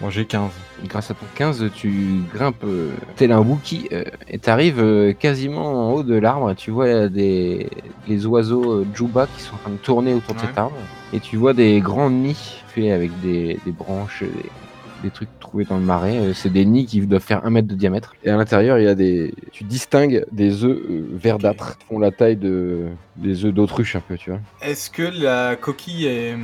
F: Bon, j'ai 15.
D: Grâce à ton 15, tu grimpes euh, tel un Wookie euh, et t'arrives euh, quasiment en haut de l'arbre. et Tu vois euh, des les oiseaux euh, Juba qui sont en train de tourner autour de
F: Ouais.
D: cet arbre. Et tu vois des grands nids faits avec des, des branches, des, des trucs trouvés dans le marais. Euh, C'est des nids qui doivent faire un mètre de diamètre. Et à l'intérieur, il y a des. Tu distingues des œufs euh, verdâtres qui font la taille de des œufs d'autruche un peu, tu vois.
F: Est-ce que la coquille est-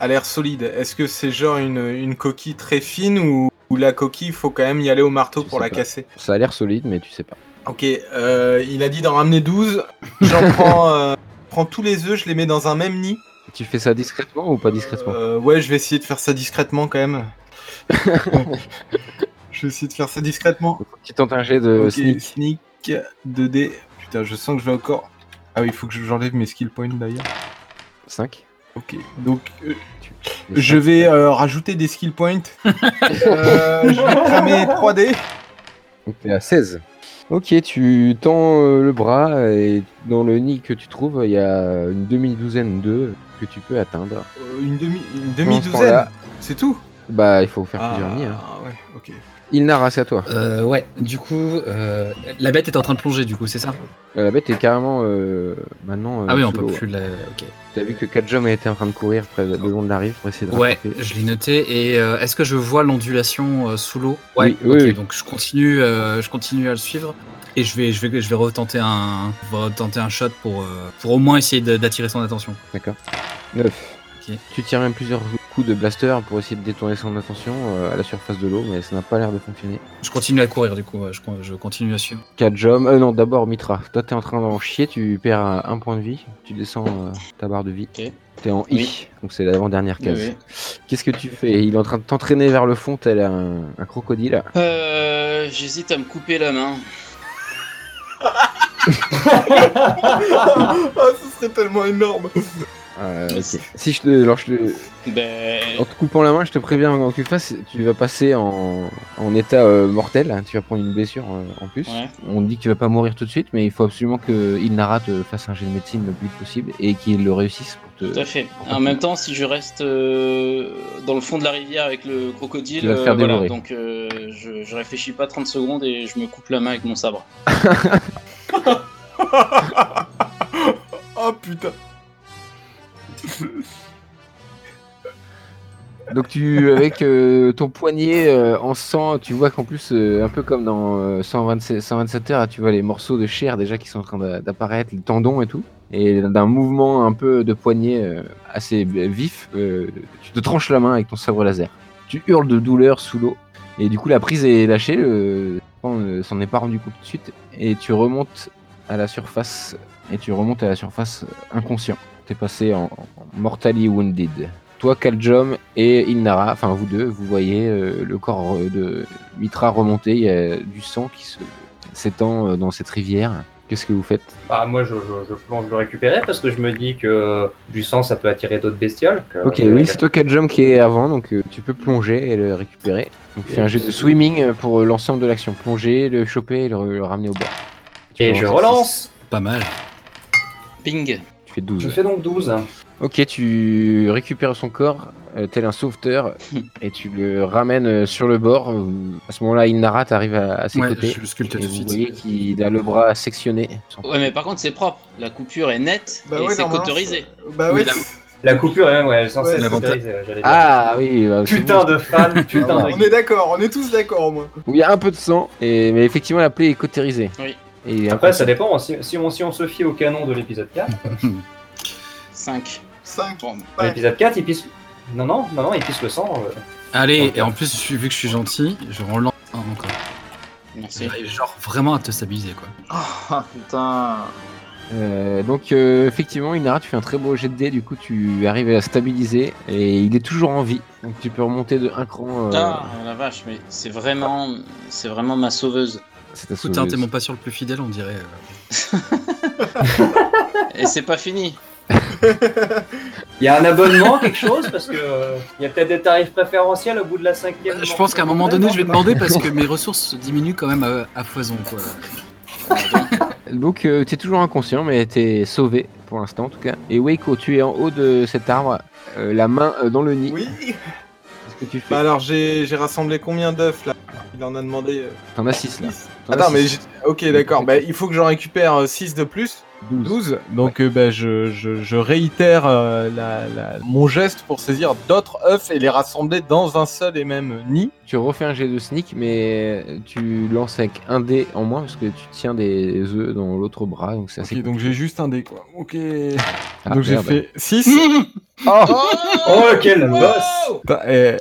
F: a l'air solide Est-ce que c'est genre une, une coquille très fine ou, ou la coquille, il faut quand même y aller au marteau
D: Je
F: pour
D: sais
F: la
D: pas.
F: casser
D: Ça a l'air solide, mais tu sais pas.
F: Ok, euh, il a dit d'en ramener 12. J'en prends, euh, je prends tous les œufs, je les mets dans un même nid.
D: Tu fais ça discrètement ou pas discrètement
F: Euh, ouais, je vais essayer de faire ça discrètement
D: <laughs>
F: quand même. je vais essayer de faire ça discrètement.
D: Tu tentes un jet de
F: Ok,
D: Euh, sneak.
F: sneak 2D. Putain, je sens que je vais encore. Ah oui, il faut que je- j'enlève mes skill points d'ailleurs.
D: 5.
F: Ok, donc euh, je vais euh, rajouter des skill points. Euh, je vais cramer 3D.
D: Donc t'es à 16. Ok, tu tends euh, le bras et dans le nid que tu trouves, il y a une demi-douzaine d'œufs que tu peux atteindre.
F: Euh, une demi- une
D: Pendant ce temps-là,
F: demi-douzaine, c'est tout Ah,
D: Bah, il faut faire
E: Ah.
D: plusieurs nids. hein.
F: ouais, ok.
D: Il narra, c'est à toi.
E: Euh, ouais, du coup, euh, la bête est en train de plonger, du coup, c'est ça
D: Euh, La bête est carrément euh, maintenant. euh,
E: Ah oui, on
D: sous
E: peut
D: l'eau. hein.
E: plus la... ok.
D: T'as vu que 4 jumps était en train de courir près de, le long de la rive pour essayer de
E: Ouais,
D: rattraper.
E: je l'ai noté. Et euh, est-ce que je vois l'ondulation euh, sous l'eau Ouais,
D: Oui, oui,
E: ok,
D: oui.
E: donc je continue, euh, je continue à le suivre. Et je vais, je vais, je vais retenter un, je vais retenter un shot pour, euh, pour au moins essayer de- d'attirer son attention.
D: D'accord. 9.
E: Ok.
D: Tu tires même plusieurs coups de blaster pour essayer de détourner son attention euh, à la surface de l'eau, mais ça n'a pas l'air de fonctionner.
E: Je continue à courir, du coup, ouais, je, con- je continue à suivre.
D: 4 jumps. Euh, non, d'abord Mitra. Toi, t'es en train d'en chier, tu perds euh, un point de vie, tu descends euh, ta barre de vie.
G: Ok.
D: T'es en I,
G: Oui.
D: donc c'est l'avant-dernière case.
G: Oui, oui.
D: Qu'est-ce que tu fais Il est en train de t'entraîner vers le fond, tel un, un crocodile.
G: Euh, J'hésite à me couper la main.
F: Ah, ce serait tellement énorme.
D: Euh, ok. Si je te, alors je te-
G: Ben,
D: en te coupant la main, je te préviens quand tu le fasses, tu vas passer en, en état euh, mortel. hein, tu vas prendre une blessure euh, en plus.
G: Ouais.
D: On dit que tu vas pas mourir tout de suite, mais il faut absolument que Ilnara te fasse un jet de médecine le plus vite possible et qu'il le réussisse pour te.
G: tout à fait. En même temps, si je reste euh, dans le fond de la rivière avec le crocodile,
D: Tu vas te faire
G: euh, voilà,
D: dévorer.
G: donc euh, je, je réfléchis pas 30 secondes et je me coupe la main avec mon sabre.
F: Oh putain.
D: Donc tu, avec euh, ton poignet euh, en sang, tu vois qu'en plus, euh, un peu comme dans euh, 127, 127 heures, tu vois les morceaux de chair déjà qui sont en train d'a- d'apparaître, les tendons et tout. Et d'un mouvement un peu de poignet euh, assez vif, euh, tu te tranches la main avec ton sabre laser. Tu hurles de douleur sous l'eau. Et du coup, la prise est lâchée, le- on ne s'en est pas rendu compte tout de suite. Et tu remontes à la surface, et tu remontes à la surface inconscient. T'es passé en, en mortally wounded. Toi, Kaljom et Ilnara, enfin vous deux, vous voyez euh, le corps euh, de Mitra remonter, il y a du sang qui se- s'étend euh, dans cette rivière. Qu'est-ce que vous faites
H: Bah, moi, je, je, je plonge le récupérer parce que je me dis que du sang, ça peut attirer d'autres bestioles. Euh, que-
D: Ok, oui, c'est toi Kaljom qui est avant, donc euh, tu peux plonger et le récupérer. Donc fais un jeu de swimming pour euh, l'ensemble de l'action. Plonger, le choper et le, le ramener au bord. Tu
H: Et
D: peux
H: je
D: lancer
H: relance.
E: Pas mal.
G: Ping.
D: six. Tu fais
H: Je
D: 12.
H: fais donc 12.
D: Ok, tu récupères son corps euh, tel un <laughs> sauveteur et tu le ramènes euh, sur le bord. À ce moment-là, Ilnara, t'arrives à, à ses
E: Ouais,
D: côtés.
E: je le sculpte tout
D: Et
E: de
D: vous
E: suite.
D: voyez qu'il a le bras sectionné.
G: Ouais, mais par contre, c'est propre. La coupure est nette
F: Bah
G: et
F: ouais,
G: c'est
F: normalement,
G: autorisé.
F: Bah
E: Oui,
F: ouais.
E: la-
H: La coupure, hein, ouais, elle est censée
F: Ouais,
H: être
E: l'avantage.
H: autorisée, j'allais dire.
D: Ah oui, bah, c'est
H: Putain
D: bon. <laughs>
H: de fan,
D: Ah,
H: putain
F: On
H: de.
F: est d'accord, on est tous d'accord au moins.
D: Où il y a un peu de sang, et... mais effectivement la plaie est cautérisée.
G: Oui.
D: Et
H: Après, ça dépend. Si, si on, si on se fie au canon de l'épisode 4,
G: 5.
F: 5.
H: dans bah, l'épisode 4, il pisse. Non, non, non, non, il pisse le sang. euh.
E: Allez,
H: Ok.
E: et en plus, je suis- vu que je suis gentil, je relance un encore.
G: Merci.
E: J'arrive genre vraiment à te stabiliser, quoi.
G: Ah putain.
D: Euh, donc euh, effectivement, Inara, tu fais un très beau jet de dés, du coup tu arrives à stabiliser, et il est toujours en vie. Donc tu peux remonter de un cran. euh,
G: Ah la vache, mais c'est vraiment, c'est vraiment ma sauveuse.
D: C'est ta
G: hein,
E: Putain,
D: sauveuse.
E: t'es mon patient le plus fidèle, on dirait. euh.
G: Et c'est pas fini.
H: Il y a un abonnement, quelque chose, parce que euh, il y a peut-être des tarifs préférentiels au bout de la cinquième.
E: Je pense qu'à un moment donné, je vais demander parce que mes ressources diminuent quand même euh, à, à foison,
D: <laughs>
E: quoi.
D: Donc euh, t'es toujours inconscient, mais t'es sauvé pour l'instant en tout cas. Et Waco, tu es en haut de cet arbre, euh, la main euh, dans le nid.
F: Oui.
D: Qu'est-ce que tu fais
F: Bah alors j'ai j'ai rassemblé combien d'œufs là Il en a demandé. euh,
D: T'en as 6 là. T'en as
F: Attends, mais
D: six.
F: j'ai- ok, d'accord. Bah, il faut que j'en récupère 6 de plus.
D: 12.
F: 12. Donc, euh, bah, je, je- je réitère euh, la- la- mon geste pour saisir d'autres œufs et les rassembler dans un seul et même nid.
D: Tu refais un jet de sneak, mais tu lances avec un dé en moins parce que tu tiens des œufs dans l'autre bras, donc c'est assez.
F: Ok, donc j'ai juste un dé, quoi. Ok.
D: Ah,
F: donc j'ai
D: merde.
F: fait 6.
D: <laughs>
F: Oh,
H: Oh, quel boss
F: Putain, eh.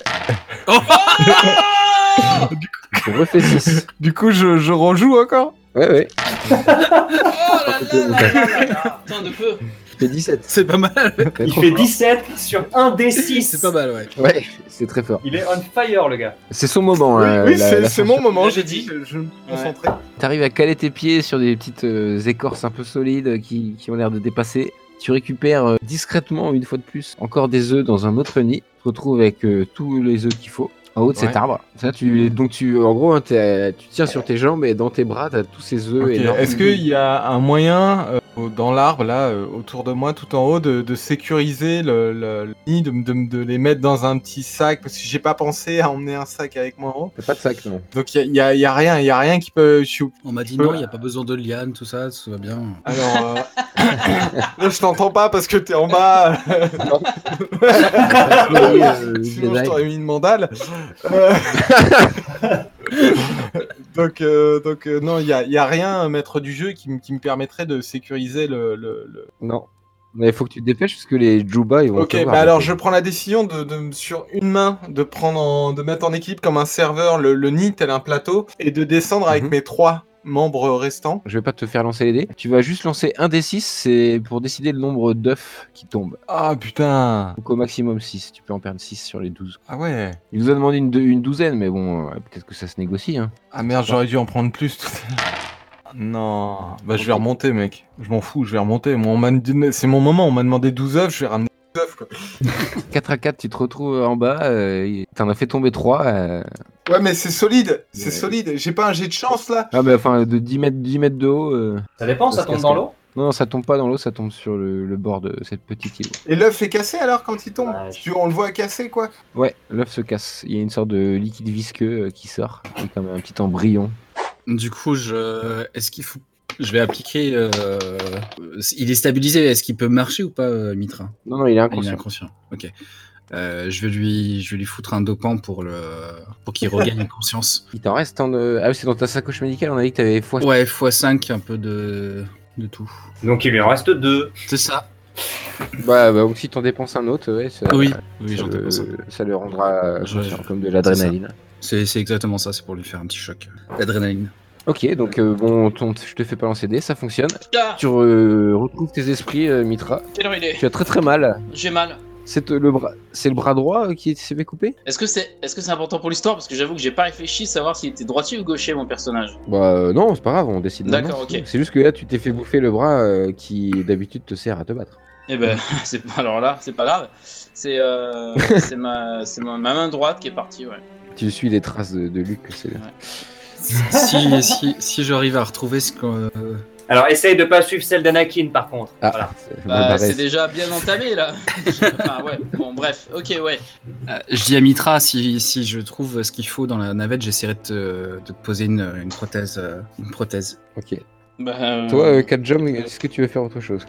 D: Tu refais
F: <laughs>
D: 6.
F: Du coup, je, je rejoue encore
D: ouais, ouais. euh,
G: Oh là là là là là. Putain de peu.
D: Tu fais 17.
E: C'est pas mal, ouais.
D: T'as
H: Il
D: trop
H: fait
D: fort.
H: 17 sur 1 des 6.
E: <laughs> c'est pas mal, ouais.
D: Ouais, c'est très fort.
H: Il est on fire, le gars.
D: C'est son moment.
F: Oui,
D: hein,
F: oui,
D: la-
F: c'est-
D: la-
F: c'est mon moment,
G: Là,
F: j'ai
G: j'ai
F: dit.
G: dit.
F: Je, je me concentrais.
D: T'arrives à caler tes pieds sur des petites euh, écorces un peu solides qui, qui ont l'air de dépasser. Tu récupères euh, discrètement, une fois de plus, encore des œufs dans un autre nid. Tu te retrouves avec euh, tous les œufs qu'il faut en haut de cet
F: Ouais.
D: arbre. Ça, tu, donc, tu, en gros, hein, t'as- tu tiens sur tes jambes et dans tes bras, t'as tous ces œufs
F: Ok,
D: énormes.
F: Est-ce qu'il y a un moyen euh, au- dans l'arbre, là, euh, autour de moi, tout en haut, de, de sécuriser le, le- le nid, de, me- de me- de les mettre dans un petit sac Parce que j'ai pas pensé à emmener un sac avec moi en haut.
D: T'as pas de sac, non
F: Donc il y, a- y a rien, il y a rien qui peut. je suis au-
E: On m'a dit non, il n'y a pas besoin de liane, tout ça, tout va bien.
F: Alors, euh, <coughs> là, je t'entends pas parce que t'es en bas.
D: Oui, euh,
F: <laughs> Sinon, je
D: Jedi.
F: t'aurais mis une mandale. Euh, <laughs> donc, euh, donc euh, non, il y a, y a rien, maître du jeu, qui, me- qui me permettrait de sécuriser le- le- le,
D: Non. Mais il faut que tu te dépêches parce que les Juba ils vont.
F: Ok,
D: te voir,
F: bah
D: donc,
F: alors
D: euh,
F: je prends la décision de, de- sur une main de prendre en- de mettre en équilibre comme un serveur le, le nid tel un plateau et de descendre avec
D: Mhm.
F: mes trois membres restants.
D: Je vais pas te faire lancer les dés. Tu vas juste lancer un des 6, c'est pour décider le nombre d'œufs qui tombent.
F: Ah putain
D: Donc au maximum 6. Tu peux en perdre 6 sur les 12.
F: Ah ouais
D: Il nous a demandé une, dou- une douzaine, mais bon, euh, peut-être que ça se négocie. Hein.
F: Ah merde, j'aurais dû en prendre plus tout à l'heure. Non, bah je vais remonter, mec. Je m'en fous, je vais remonter. Moi, on m'a donné- C'est mon moment, on m'a demandé 12 œufs, je vais ramener 12 œufs. quoi.
D: 4 à 4, tu te retrouves en bas, euh, t'en as fait tomber euh. 3.
F: Ouais, mais c'est solide, c'est
D: Ouais.
F: solide. J'ai pas un jet de chance là.
D: Ah, bah, enfin, de 10 mètres, 10 mètres de haut. euh,
H: Ça dépend, ça
D: Parce
H: tombe
D: que-
H: dans l'eau
D: Non, non, ça tombe pas dans l'eau, ça tombe sur le, le bord de cette petite île.
F: Et l'œuf est cassé alors quand il tombe
H: Ouais, je-
F: Tu- On le voit cassé quoi.
D: Ouais, l'œuf se casse. Il y a une sorte de liquide visqueux euh, qui sort, qui est comme un petit embryon.
E: Du coup, je... est-ce qu'il faut. Je vais appliquer. euh, Il est stabilisé. Est-ce qu'il peut marcher ou pas, euh, Mitra
D: Non, non, il est
E: Ah, Il est
D: inconscient.
E: inconscient. Ok. Euh, je vais lui, je vais lui foutre un dopant pour le, pour qu'il <laughs> regagne conscience.
D: Il t'en reste en. euh, Ah oui, c'est dans ta sacoche médicale, on a dit que t'avais foie.
E: Ouais, x5, un peu de, de tout.
H: Donc il lui en reste deux.
E: C'est ça.
D: Bah, bah, ou si t'en dépenses un autre, ouais, ça,
E: Oui.
D: ça,
E: Oui, j'en
D: le,
E: dépense un.
D: ça le rendra euh,
E: Je-
D: conscient, comme de l'adrénaline.
E: C'est, c'est exactement ça. C'est pour lui faire un petit choc. L'adrénaline. <laughs>
D: Ok, donc euh, bon, ton- je te fais pas lancer des, ça fonctionne.
G: Putain,
D: Tu re- retrouves tes esprits, euh, Mitra.
G: quelle heure il est
D: Tu as très très mal.
G: J'ai mal.
D: C'est euh, le bras, c'est le bras droit euh, qui s'est fait couper
G: Est-ce que c'est est -ce c'est important pour l'histoire Parce que j'avoue que j'ai pas réfléchi à savoir s'il était droitier ou gaucher, mon personnage.
D: Bah euh, non, c'est pas grave, on décide. maintenant,
G: D'accord,
D: c'est
G: ok.
D: tout. C'est juste que là, tu t'es fait bouffer le bras euh, qui d'habitude te sert à te battre.
G: Eh ben, <laughs> c'est pas- alors là, c'est pas grave. C'est euh, c'est ma, c'est ma, ma main droite qui est partie, ouais.
D: Tu suis les traces de, de Luc. c'est-
E: si, si, si j'arrive à retrouver ce que. euh,
H: Alors essaye de pas suivre celle d'Anakin par contre.
D: Ah,
H: Voilà.
D: c'est mal
G: Bah,
D: barré.
G: c'est déjà bien entamé là. <laughs> enfin, ouais. Bon, bref. Ok, ouais.
E: euh, je dis à Mitra, si, si je trouve ce qu'il faut dans la navette, j'essaierai de te, de te poser une, une prothèse, euh, une prothèse.
D: Ok.
G: Bah, euh,
D: Toi, euh, Katjom, est-ce que tu veux faire autre chose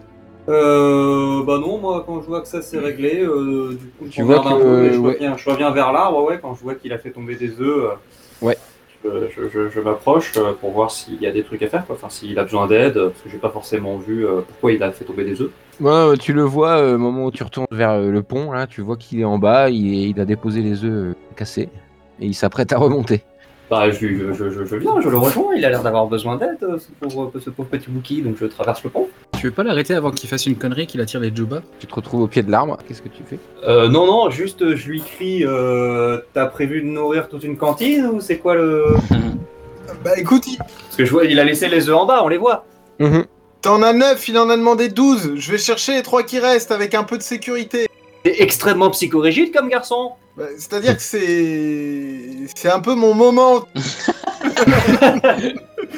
H: Euh, bah non, moi quand je vois que ça s'est réglé, euh, du coup je
D: Tu vois
H: regarde un
D: que,
H: peu et je,
D: ouais.
H: reviens, je reviens vers l'arbre, ouais, quand je vois qu'il a fait tomber des œufs. euh,
D: Ouais.
H: Je, je- je- je m'approche euh, pour voir s'il y a des trucs à faire, quoi. enfin s'il a besoin d'aide, euh, parce que j'ai pas forcément vu euh, pourquoi il a fait tomber des œufs.
D: Ouais, tu le vois euh, au moment où tu retournes vers euh, le pont, là, tu vois qu'il est en bas, il, est- il a déposé les œufs euh, cassés et il s'apprête à remonter.
H: Bah je, je, je, je viens, je le rejoins, il a l'air d'avoir besoin d'aide, euh, ce pauvre, ce pauvre petit bouki, donc je traverse le pont.
E: Tu veux pas l'arrêter avant qu'il fasse une connerie, qu'il attire les Jubas
D: Tu te retrouves au pied de l'arbre, qu'est-ce que tu fais
H: Euh, non, non, juste euh, je lui crie euh, T'as prévu de nourrir toute une cantine ou c'est quoi le.
F: Bah écoute, il-
H: Parce que je vois, il a laissé les œufs en bas, on les voit.
D: Mhm.
F: t'en as 9, il en a demandé 12. Je vais chercher les 3 qui restent avec un peu de sécurité.
H: T'es extrêmement psychorigide comme garçon.
F: Bah, C'est-à-dire que c'est. C'est un peu mon moment.
G: <laughs>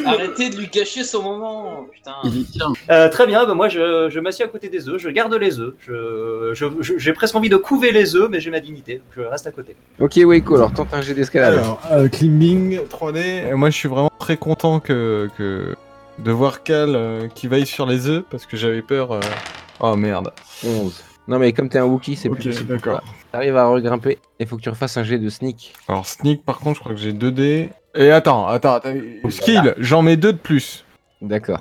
G: Arrêtez de lui cacher son moment. Putain.
F: Ah.
E: Il dit tiens.
H: Euh, très bien, ben moi je, je m'assieds à côté des œufs, je garde les œufs. Je- je- je- J'ai presque envie de couver les œufs, mais j'ai ma dignité, donc je reste à côté.
D: Ok, Waco, alors tente un jet d'escalade.
F: Alors, euh, climbing 3D. Et moi, je suis vraiment très content que. que- De voir Cal euh, qui veille sur les œufs parce que j'avais peur. euh, Oh merde.
D: 11. Non, mais comme t'es un Wookie, c'est
F: Ok,
D: plus possible.
F: d'accord.
D: T'arrives à regrimper, il faut que tu refasses un jet de sneak.
F: Alors, sneak, par contre, je crois que j'ai 2 dés. Et attends, attends, attends. Skill, j'en mets 2 de plus.
D: D'accord.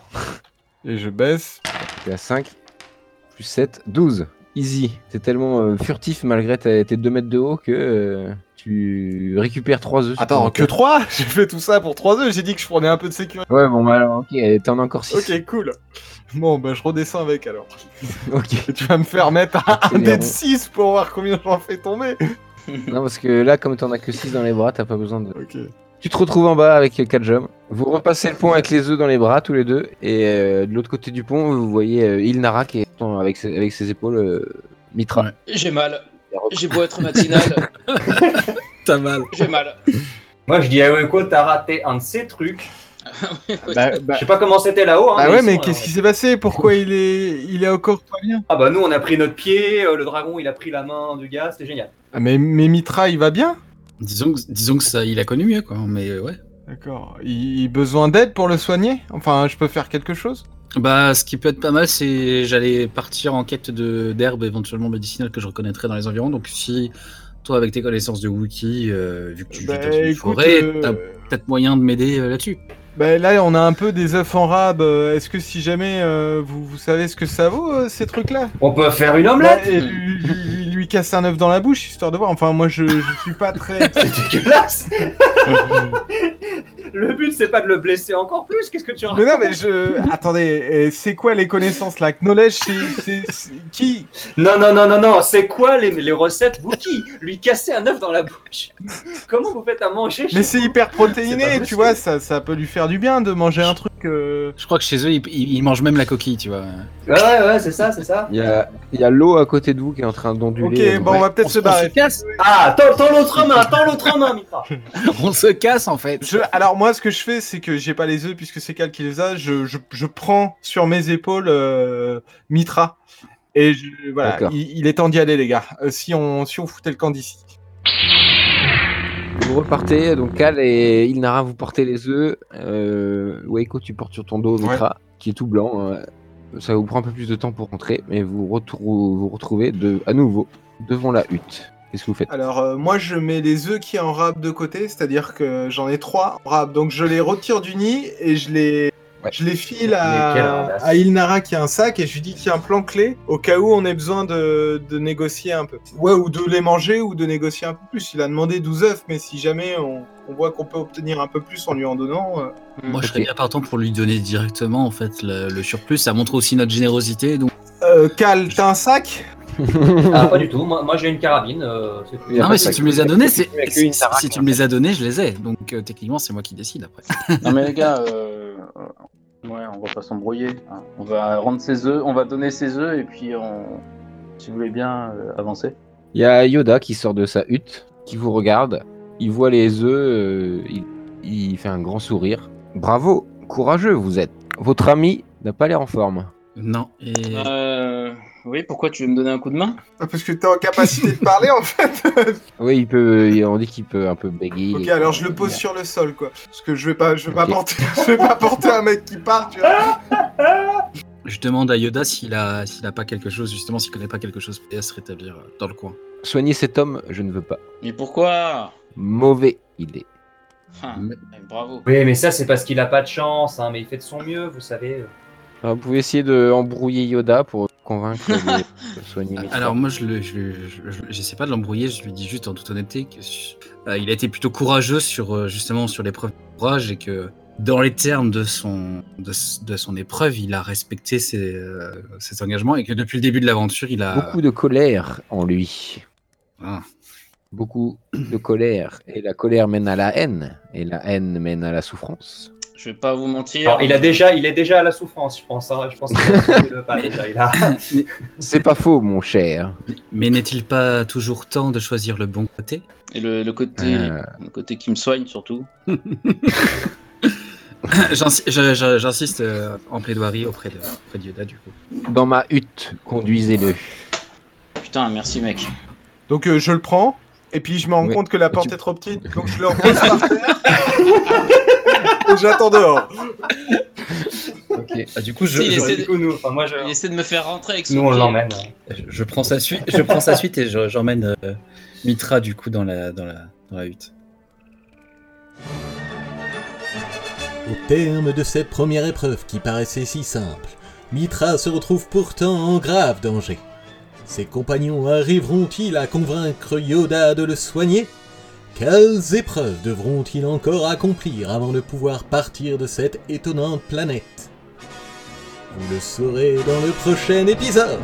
F: Et je baisse.
D: T'es à 5, plus 7, 12. Easy. T'es tellement euh, furtif malgré ta- tes 2 mètres de haut que euh, tu récupères 3 œufs.
F: Attends, que 3 <laughs> J'ai fait tout ça pour 3 œufs, j'ai dit que je prenais un peu de sécurité.
D: Ouais, bon, bah alors, ok, euh, t'en as encore 6.
F: <laughs> Ok, cool. Bon, bah je redescends avec alors.
D: <laughs> ok.
F: Tu vas me faire mettre un, un
D: Accélérons.
F: dé de 6 pour voir combien j'en fais tomber.
D: Non, parce que là, comme t'en as que 6 dans les bras, t'as pas besoin de.
F: Ok.
D: Tu te retrouves en bas avec 4 jambes. Vous repassez le pont avec les œufs dans les bras, tous les deux. Et euh, de l'autre côté du pont, vous voyez euh, Ilnara qui est en- avec ses, avec ses épaules euh, Mitra.
E: Ouais.
G: J'ai mal. J'ai beau être matinal,
E: T'as mal.
G: j'ai mal.
H: Moi je dis à Weko, t'as raté un de ces trucs.
F: Bah,
H: Je sais pas comment c'était là-haut. hein,
F: ouais,
H: ils
F: mais
H: sont,
F: qu'est-ce
H: euh,
F: qui s'est passé Pourquoi il est, il est encore pas bien
H: Ah bah nous on a pris notre pied, euh, le dragon il a pris la main du gars, c'était génial.
F: Ah, mais, mais Mitra, il va bien
E: Disons que, disons que ça, il a connu mieux, quoi. Mais euh, ouais.
F: D'accord. Il, il a besoin d'aide pour le soigner Enfin, je peux faire quelque chose
E: Bah, ce qui peut être pas mal, c'est j'allais partir en quête de d'herbes éventuellement médicinales que je reconnaîtrais dans les environs. Donc, si toi, avec tes connaissances de Wiki, euh, vu que tu vis dans une forêt,
F: Bah, euh,
E: t'as peut-être moyen de m'aider euh, là-dessus.
F: bah, là, on a un peu des œufs en rab. euh, Est-ce que si jamais euh, vous, vous savez ce que ça vaut, euh, ces trucs-là
H: On peut faire une
F: Bah,
H: omelette
F: et lui, lui- lui casse un œuf dans la bouche, histoire de voir. Enfin, moi, je, je suis pas très.
H: <laughs>
F: <laughs>
H: C'est dégueulasse Le but c'est pas de le blesser encore plus, qu'est-ce que tu
F: Mais
H: racontes
F: non, mais je. Attendez, euh, c'est quoi les connaissances là Knowledge, c'est- c'est. c'est- Qui
H: Non, non, non, non, non, c'est quoi les, les recettes Wookie Lui casser un œuf dans la bouche <laughs> Comment vous faites à manger chez
F: Mais c'est hyper
H: C'est pas
F: protéiné,
H: possible.
F: tu vois, ça, ça peut lui faire du bien de manger un truc. euh, que.
E: Je crois que chez eux, ils, ils- ils mangent même la coquille, tu vois.
H: Ouais, ouais, ouais, c'est ça, c'est ça.
D: Il y a, il y a l'eau à côté de vous qui est en train
F: Ok,
D: d'onduler.
F: bon, Eh ben, on va peut-être se barrer.
E: casse
H: Ah, tends, tends l'autre main, tends l'autre main, Mitra.
E: <laughs> On se casse, en fait
F: Je- alors moi, ce que je fais, c'est que j'ai pas les œufs puisque c'est Cal qui les a. Je, je- je prends sur mes épaules euh, Mitra et je- voilà.
D: D'accord.
F: Il, il est temps d'y aller, les gars. Euh, si on si on foutait le camp d'ici.
D: Vous repartez, donc Cal et Ilnara, vous portez les œufs. Euh, Waco, tu portes sur ton dos Mitra, qui est tout blanc. euh, ça vous prend un peu plus de temps pour rentrer, mais vous retrou- vous retrouvez de, à nouveau devant la hutte. Qu'est-ce que vous faites
F: Alors euh, moi, je mets les œufs qui est en rab de côté, c'est-à-dire que j'en ai trois en rab, donc je les retire du nid et je les
D: Ouais. hein,
F: je les file
H: Mais quelle
F: à,
H: radasse.
F: à Ilnara qui a un sac et je lui dis qu'il y a un plan clé au cas où on ait besoin de, de négocier un peu. Ouais, ou de les manger ou de négocier un peu plus. Il a demandé 12 œufs, mais si jamais on, on voit qu'on peut obtenir un peu plus en lui en donnant, euh,
E: Moi, je
D: Ok.
E: serais bien partant pour lui donner directement, en fait, le, le surplus. Ça montre aussi notre générosité, donc...
F: Euh, Cal, t'as un sac
H: <laughs> Ah, pas du tout. Moi, moi j'ai une carabine. euh, c'est tout.
D: Il y a
E: Non,
D: pas
E: mais
D: de
E: si
D: sac.
E: tu me les as donnés, c'est...
D: Il y a que
E: Si,
D: une taraque,
E: si tu
D: hein.
E: me les as donnés, je les ai. Donc, euh, techniquement, c'est moi qui décide, après.
G: Non mais les gars, euh, euh, ouais, on va pas s'embrouiller. hein. On va rendre ses œufs, on va donner ses œufs et puis on, si vous voulez bien euh, avancer.
D: Il y a Yoda qui sort de sa hutte, qui vous regarde. Il voit les œufs, euh, il, il fait un grand sourire. Bravo, courageux vous êtes. Votre ami n'a pas l'air en forme.
E: Non, et...
G: Euh, oui, pourquoi tu veux me donner un coup de main
F: Ah, Parce que t'es en capacité de parler en fait.
D: Oui, il peut. il- On dit qu'il peut un peu bégayer.
F: ok, alors je le pose
D: <laughs> Il-
F: sur le sol quoi. Parce que je vais pas, je vais pas
D: Ok.
F: porter, <laughs> je vais pas porter un mec qui part, tu vois.
E: Je demande à Yoda s'il a, s'il a pas quelque chose, justement, s'il connaît pas quelque chose, à se rétablir euh, dans le coin.
D: Soigner cet homme, je ne veux pas.
G: Mais pourquoi
D: Mauvaise idée.
G: Ah,
E: Mais-
G: eh, Bravo.
H: Oui, mais ça, c'est parce qu'il a pas de chance, hein, mais il fait de son mieux, vous savez.
D: Alors, vous pouvez essayer de embrouiller Yoda pour convaincre
E: <laughs>
D: de soigner Mitra.
E: Alors moi, je le, je, le- je- je- j'essaie pas de l'embrouiller, je lui dis juste en toute honnêteté que je- euh, il a été plutôt courageux sur euh, justement sur l'épreuve de courage et que dans les termes de son de, s- de son épreuve, il a respecté ses, euh, ses engagements et que depuis le début de l'aventure, il a
D: beaucoup de colère en lui.
E: euh, Ah.
D: Beaucoup de colère. Et la colère mène à la haine. Et la haine mène à la souffrance.
G: Je vais pas vous mentir.
H: Alors, il a déjà, il est déjà à la souffrance, je pense. hein. Je pense qu'il a le palais, là. <laughs> Il a-
D: C'est pas faux, mon cher.
E: Mais n'est-il pas toujours temps de choisir le bon côté <coughs>
G: Et le, le côté,
D: Euh,
G: le côté qui me soigne surtout.
E: J'insi- je- je- J'insiste euh, en plaidoirie auprès de, auprès de Yoda du coup.
D: dans ma hutte, conduisez-le.
G: Putain, merci mec.
F: Donc euh, je le prends, et puis je me rends
D: Oui.
F: compte que la porte
D: Tu-
F: est trop petite, donc je le repose par terre. Et J'attends dehors.
E: Ah, du coup, je,
G: Si, il
E: je-
G: essaie
H: du coup, nous, enfin, moi, je-
G: Il essaie de me faire rentrer avec son
H: nous, on
G: pied.
H: l'emmène.
E: Je- Je prends sa suite, je prends sa suite et je- j'emmène euh, Mitra du coup dans la, dans la, dans la hutte.
C: Au terme de cette première épreuve qui paraissait si simple, Mitra se retrouve pourtant en grave danger. Ses compagnons arriveront-ils à convaincre Yoda de le soigner Quelles épreuves devront-ils encore accomplir avant de pouvoir partir de cette étonnante planète Vous le saurez dans le prochain épisode